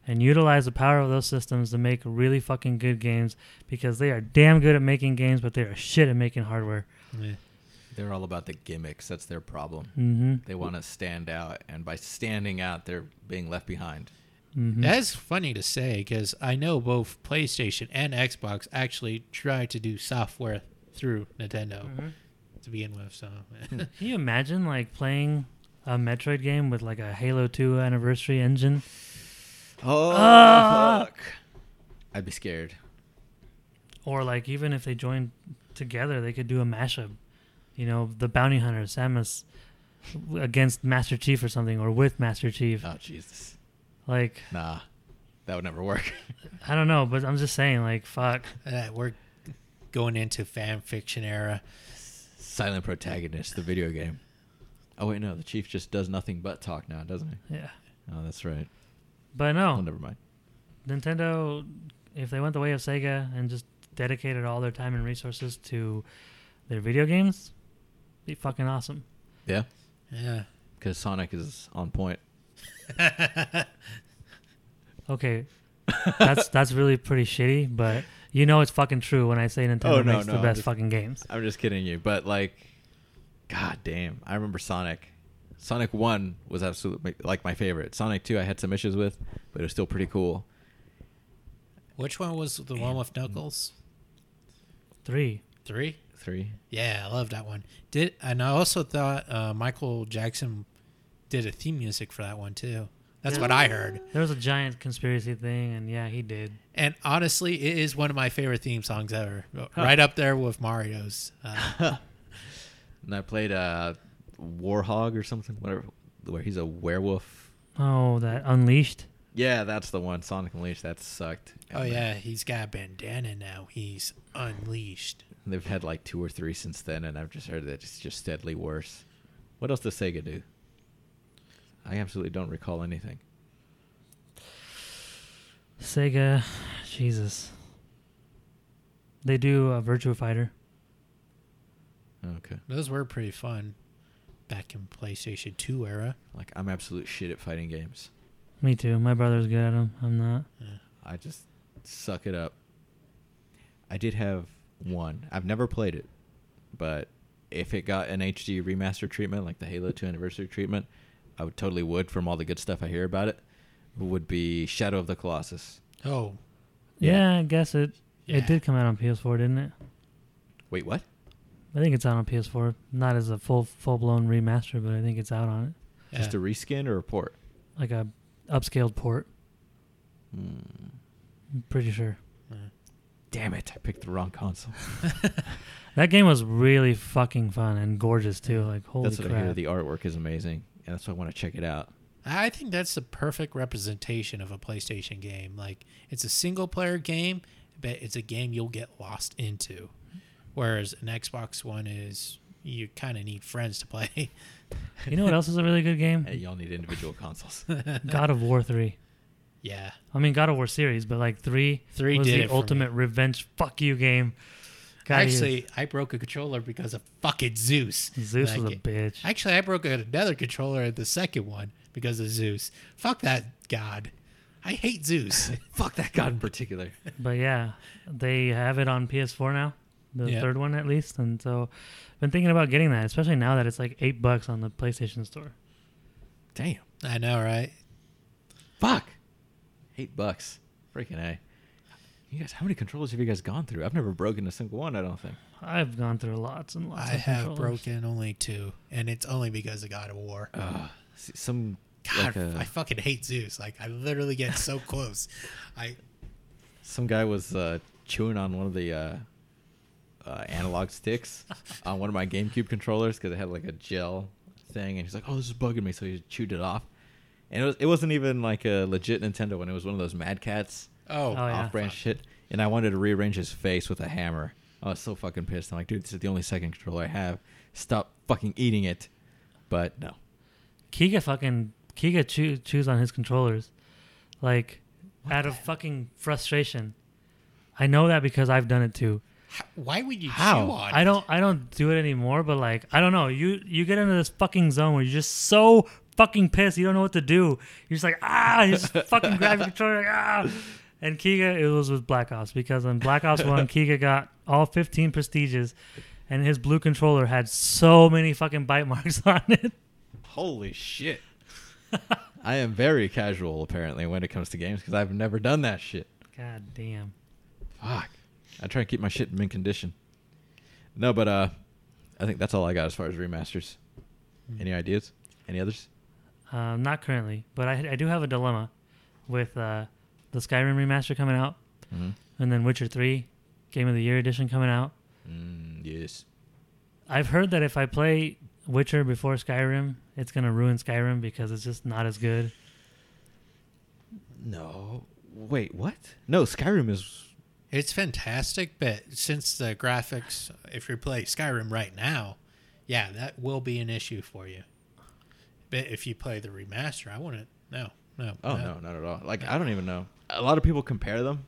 S2: and utilize the power of those systems to make really fucking good games because they are damn good at making games, but they are shit at making hardware.
S3: Yeah.
S1: They're all about the gimmicks. That's their problem.
S2: Mm-hmm.
S1: They want to stand out, and by standing out, they're being left behind.
S2: Mm-hmm.
S3: That's funny to say because I know both PlayStation and Xbox actually try to do software through Nintendo
S2: Mhm.
S3: to begin with. So
S2: Can you imagine like playing a Metroid game with like a Halo 2 anniversary engine?
S1: Oh,
S2: Ah!
S1: fuck. I'd be scared.
S2: Or like even if they joined together, they could do a mashup. You know, the bounty hunter Samus against Master Chief or something, or with Master Chief.
S1: Oh, Jesus.
S2: Like
S1: Nah, that would never work.
S2: I don't know, but I'm just saying, like fuck.
S3: uh, we're going into fan fiction era.
S1: Silent protagonist, the video game. Oh, wait, no. The Chief just does nothing but talk now, doesn't he?
S2: Yeah,
S1: Oh, that's right.
S2: but
S1: Oh,
S2: no,
S1: never mind.
S2: Nintendo, if they went the way of Sega and just dedicated all their time and resources to their video games, be fucking awesome.
S1: Yeah,
S3: Yeah.
S1: because Sonic is on point.
S2: Okay, that's that's really pretty shitty, but you know it's fucking true when I say Nintendo
S1: Oh, no,
S2: makes
S1: no,
S2: the
S1: I'm
S2: best
S1: just-
S2: fucking games.
S1: I'm just kidding you, but like, god damn, I remember Sonic. Sonic One was absolutely like my favorite. Sonic Two, I had some issues with, but it was still pretty cool.
S3: Which one was the one with Knuckles?
S2: Three.
S3: Three.
S1: Three,
S3: Yeah, I love that one. Did and I also thought uh, Michael Jackson did a theme music for that one too. That's what I heard.
S2: There was a giant conspiracy thing, and yeah, he did.
S3: And honestly, it is one of my favorite theme songs ever. Right up there with Mario's. Uh,
S1: and I played uh, Warhog or something, whatever, where he's a werewolf.
S2: Oh, that Unleashed.
S1: Yeah, that's the one. Sonic Unleashed. That sucked.
S3: oh
S1: And
S3: yeah, he's got a bandana now. He's unleashed.
S1: they've had like two or three since then, and I've just heard that it's just steadily worse. What else does Sega do? I absolutely don't recall anything.
S2: Sega, Jesus. They do a Virtua Fighter.
S1: Okay.
S3: Those were pretty fun back in PlayStation 2 era.
S1: Like I'm absolute shit at fighting games.
S2: Me too. My brother's good at them. I'm not.
S1: I just suck it up. I did have one. I've never played it, but if it got an HD remaster treatment, like the Halo 2 anniversary treatment, I would totally would from all the good stuff I hear about it. Would be Shadow of the Colossus.
S3: Oh,
S1: Yeah.
S2: Yeah, I guess it.
S3: Yeah.
S2: It did come out on PS4, didn't it?
S1: Wait, what?
S2: I think it's out on PS4. Not as a full full blown remaster, but I think it's out on
S3: yeah.
S1: Just a reskin or a port?
S2: it, like a upscaled port.
S1: Hmm.
S2: I'm pretty sure.
S1: Damn it! I picked the wrong console.
S2: That game was really fucking fun and gorgeous too. Like holy
S1: that's what I hear.
S2: crap!
S1: The artwork is amazing, and that's why I want to check it out.
S3: I think that's the perfect representation of a PlayStation game. Like it's a single player game, but it's a game you'll get lost into. Whereas an Xbox One is you kind of need friends to play.
S2: you know what else is a really good game?
S1: Hey, y'all need individual consoles.
S2: God of War three.
S3: yeah,
S2: I mean God of War series, but like three.
S3: Three
S2: was
S3: did
S2: the
S3: it for me.
S2: ultimate revenge fuck you game. God, he is-
S3: actually, I broke a controller because of fucking Zeus.
S2: Zeus
S3: Like,
S2: was a bitch.
S3: Actually, I broke another controller at the second one because of Zeus. Fuck that god. I hate Zeus.
S1: Fuck that god in particular.
S2: But yeah, they have it on PS4 now, the
S3: Yeah.
S2: third one at least. And so, been thinking about getting that, especially now that it's like eight bucks on the PlayStation Store.
S1: Damn.
S3: I know, right?
S1: Fuck. Eight bucks. Freaking A. You guys, how many controllers have you guys gone through? I've never broken a single one, I don't think.
S2: I've gone through lots and lots.
S3: I
S2: of
S3: have
S2: controllers. Oh,
S3: broken only two, and it's only because of God of War.
S1: Uh, some. like
S3: God,
S1: a-
S3: I fucking hate Zeus. Like I literally get so close. I
S1: some guy was uh, chewing on one of the uh, uh, analog sticks on one of my GameCube controllers because it had like a gel thing, and he's like, "Oh, this is bugging me," so he chewed it off. And it, was, it wasn't even like a legit Nintendo one; it was one of those Mad Cats
S3: oh,
S2: Oh, yeah.
S1: off-brand shit. And I wanted to rearrange his face with a hammer. I was so fucking pissed. I'm like, dude, this is the only second controller I have. Stop fucking eating it. But no,
S2: Kiga fucking Kiga choo- chews on his controllers, like out of fucking frustration. I know that because I've done it too.
S3: H- Why would you
S1: How?
S3: chew on?
S2: I
S3: it?
S2: don't I don't do it anymore, but like I don't know. You you get into this fucking zone where you're just so fucking pissed, you don't know what to do. You're just like ah, you just fucking grab your controller like ah. And Kiga, it was with Black Ops because in Black Ops One, Kiga got all 15 prestiges, and his blue controller had so many fucking bite marks on it.
S1: Holy shit. I am very casual apparently when it comes to games because I've never done that shit.
S2: God damn.
S1: Fuck. I try to keep my shit in mint condition. No, but uh, I think that's all I got as far as remasters. Any ideas? Any others?
S2: Uh, not currently, but I, I do have a dilemma with uh, the Skyrim remaster coming out,
S1: Mhm.
S2: and then Witcher Three Game of the Year edition coming out.
S1: Mm, yes.
S2: I've heard that if I play Witcher before Skyrim, it's gonna ruin Skyrim because it's just not as good.
S1: No. Wait, what? No, Skyrim is.
S3: It's fantastic, but since the graphics, if you play Skyrim right now, yeah, that will be an issue for you. But if you play the remaster, I wouldn't. No, no.
S1: Oh no, not at all. Like I don't even know. A lot of people compare them,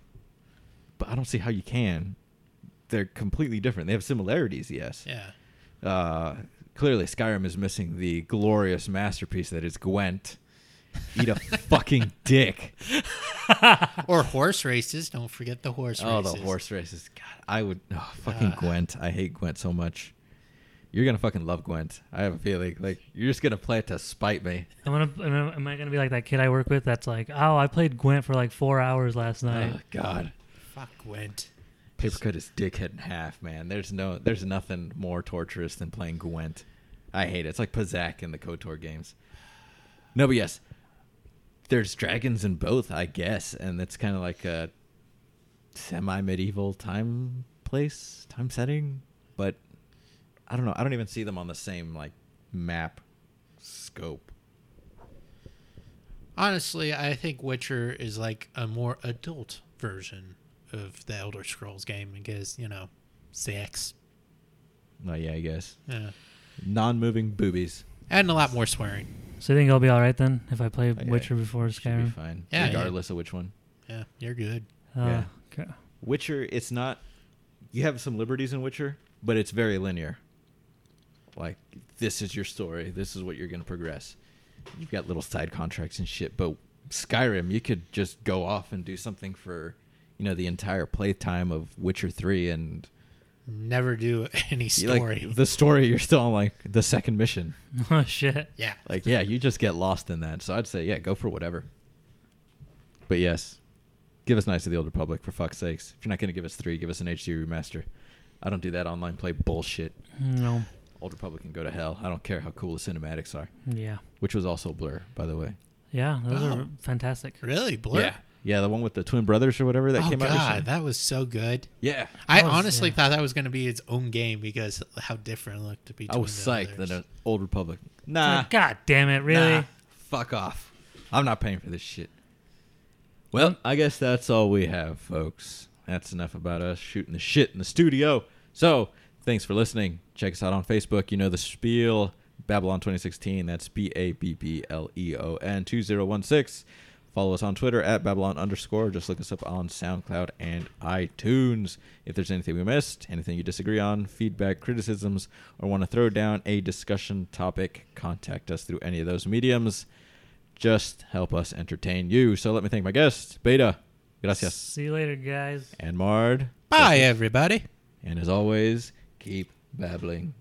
S1: but I don't see how you can. They're completely different. They have similarities, yes.
S3: Yeah.
S1: Uh, clearly, Skyrim is missing the glorious masterpiece that is Gwent. Eat a fucking dick.
S3: Or horse races. Don't forget the horse
S1: Oh,
S3: races.
S1: the horse races. God, I would. Oh, fucking
S3: Ah.
S1: Gwent. I hate Gwent so much. You're gonna fucking love Gwent. I have a feeling. Like you're just gonna play it to spite me.
S2: I'm gonna, am I- am I gonna be like that kid I work with that's like, oh, I played Gwent for like four hours last night.
S1: Oh, God.
S3: Fuck Gwent.
S1: Paper cut his dickhead in half, man. There's no, there's nothing more torturous than playing Gwent. I hate it. It's like Pazak in the Kotor games. No, but yes, there's dragons in both, I guess, and it's kind of like a semi-medieval time place, time setting. But I don't know. I don't even see them on the same like map scope.
S3: Honestly, I think Witcher is like a more adult version of the Elder Scrolls game because you know, sex.
S1: Oh yeah, I guess
S3: Yeah.
S1: non-moving boobies.
S3: And a lot more swearing.
S2: So you think I'll be all right then if I play
S1: Okay.
S2: Witcher before
S1: Oh, Should be
S2: Skyrim?
S1: fine,
S3: Yeah, yeah.
S1: regardless of which one.
S3: Yeah, you're good.
S2: Oh,
S1: Yeah.
S2: okay.
S1: Witcher, it's not. You have some liberties in Witcher, but it's very linear. Like this is your story. This is what you're going to progress. You've got little side contracts and shit, but Skyrim, you could just go off and do something for, you know, the entire playtime of Witcher Three, and
S3: Never do any
S1: you,
S3: Mm. story.
S1: like the story, you're still on like the second mission.
S2: oh shit.
S3: yeah.
S1: Like yeah, you just get lost in that. So I'd say yeah, go for whatever. But yes, give us Knights of the Old Republic for fuck's sakes. If you're not gonna give us three, give us an HD remaster. I don't do that online play bullshit.
S2: No.
S1: Old Republic can go to hell. I don't care how cool the cinematics are,
S2: Yeah.
S1: which was also Blur, by the way.
S2: Yeah. Those are
S3: Oh.
S2: fantastic.
S3: Really? Blur?
S1: Yeah, yeah, the one with the twin brothers or whatever that
S3: oh
S1: came out. recently.
S3: god, that was so good.
S1: yeah,
S3: I
S2: That was-
S3: honestly
S2: yeah.
S3: thought that was going to be its own game because how different it looked to be.
S1: I was psyched that an Old Republic. Nah,
S2: Like, God damn it! Really?
S1: Uh, Nah, fuck off. I'm not paying for this shit. Well, I guess that's all we have, folks. That's enough about us shooting the shit in the studio. So, thanks for listening. Check us out on Facebook. You know the spiel. Babylon 2016. That's B A B B L E O N 2016. Follow us on Twitter at Babylon underscore. Just look us up on SoundCloud and iTunes. If there's anything we missed, anything you disagree on, feedback, criticisms, or want to throw down a discussion topic, contact us through any of those mediums. Just help us entertain you. So let me thank my guests, Beta, Gracias,
S2: See you later, guys.
S1: and Mard.
S3: Bye, everybody.
S1: And as always, keep babbling.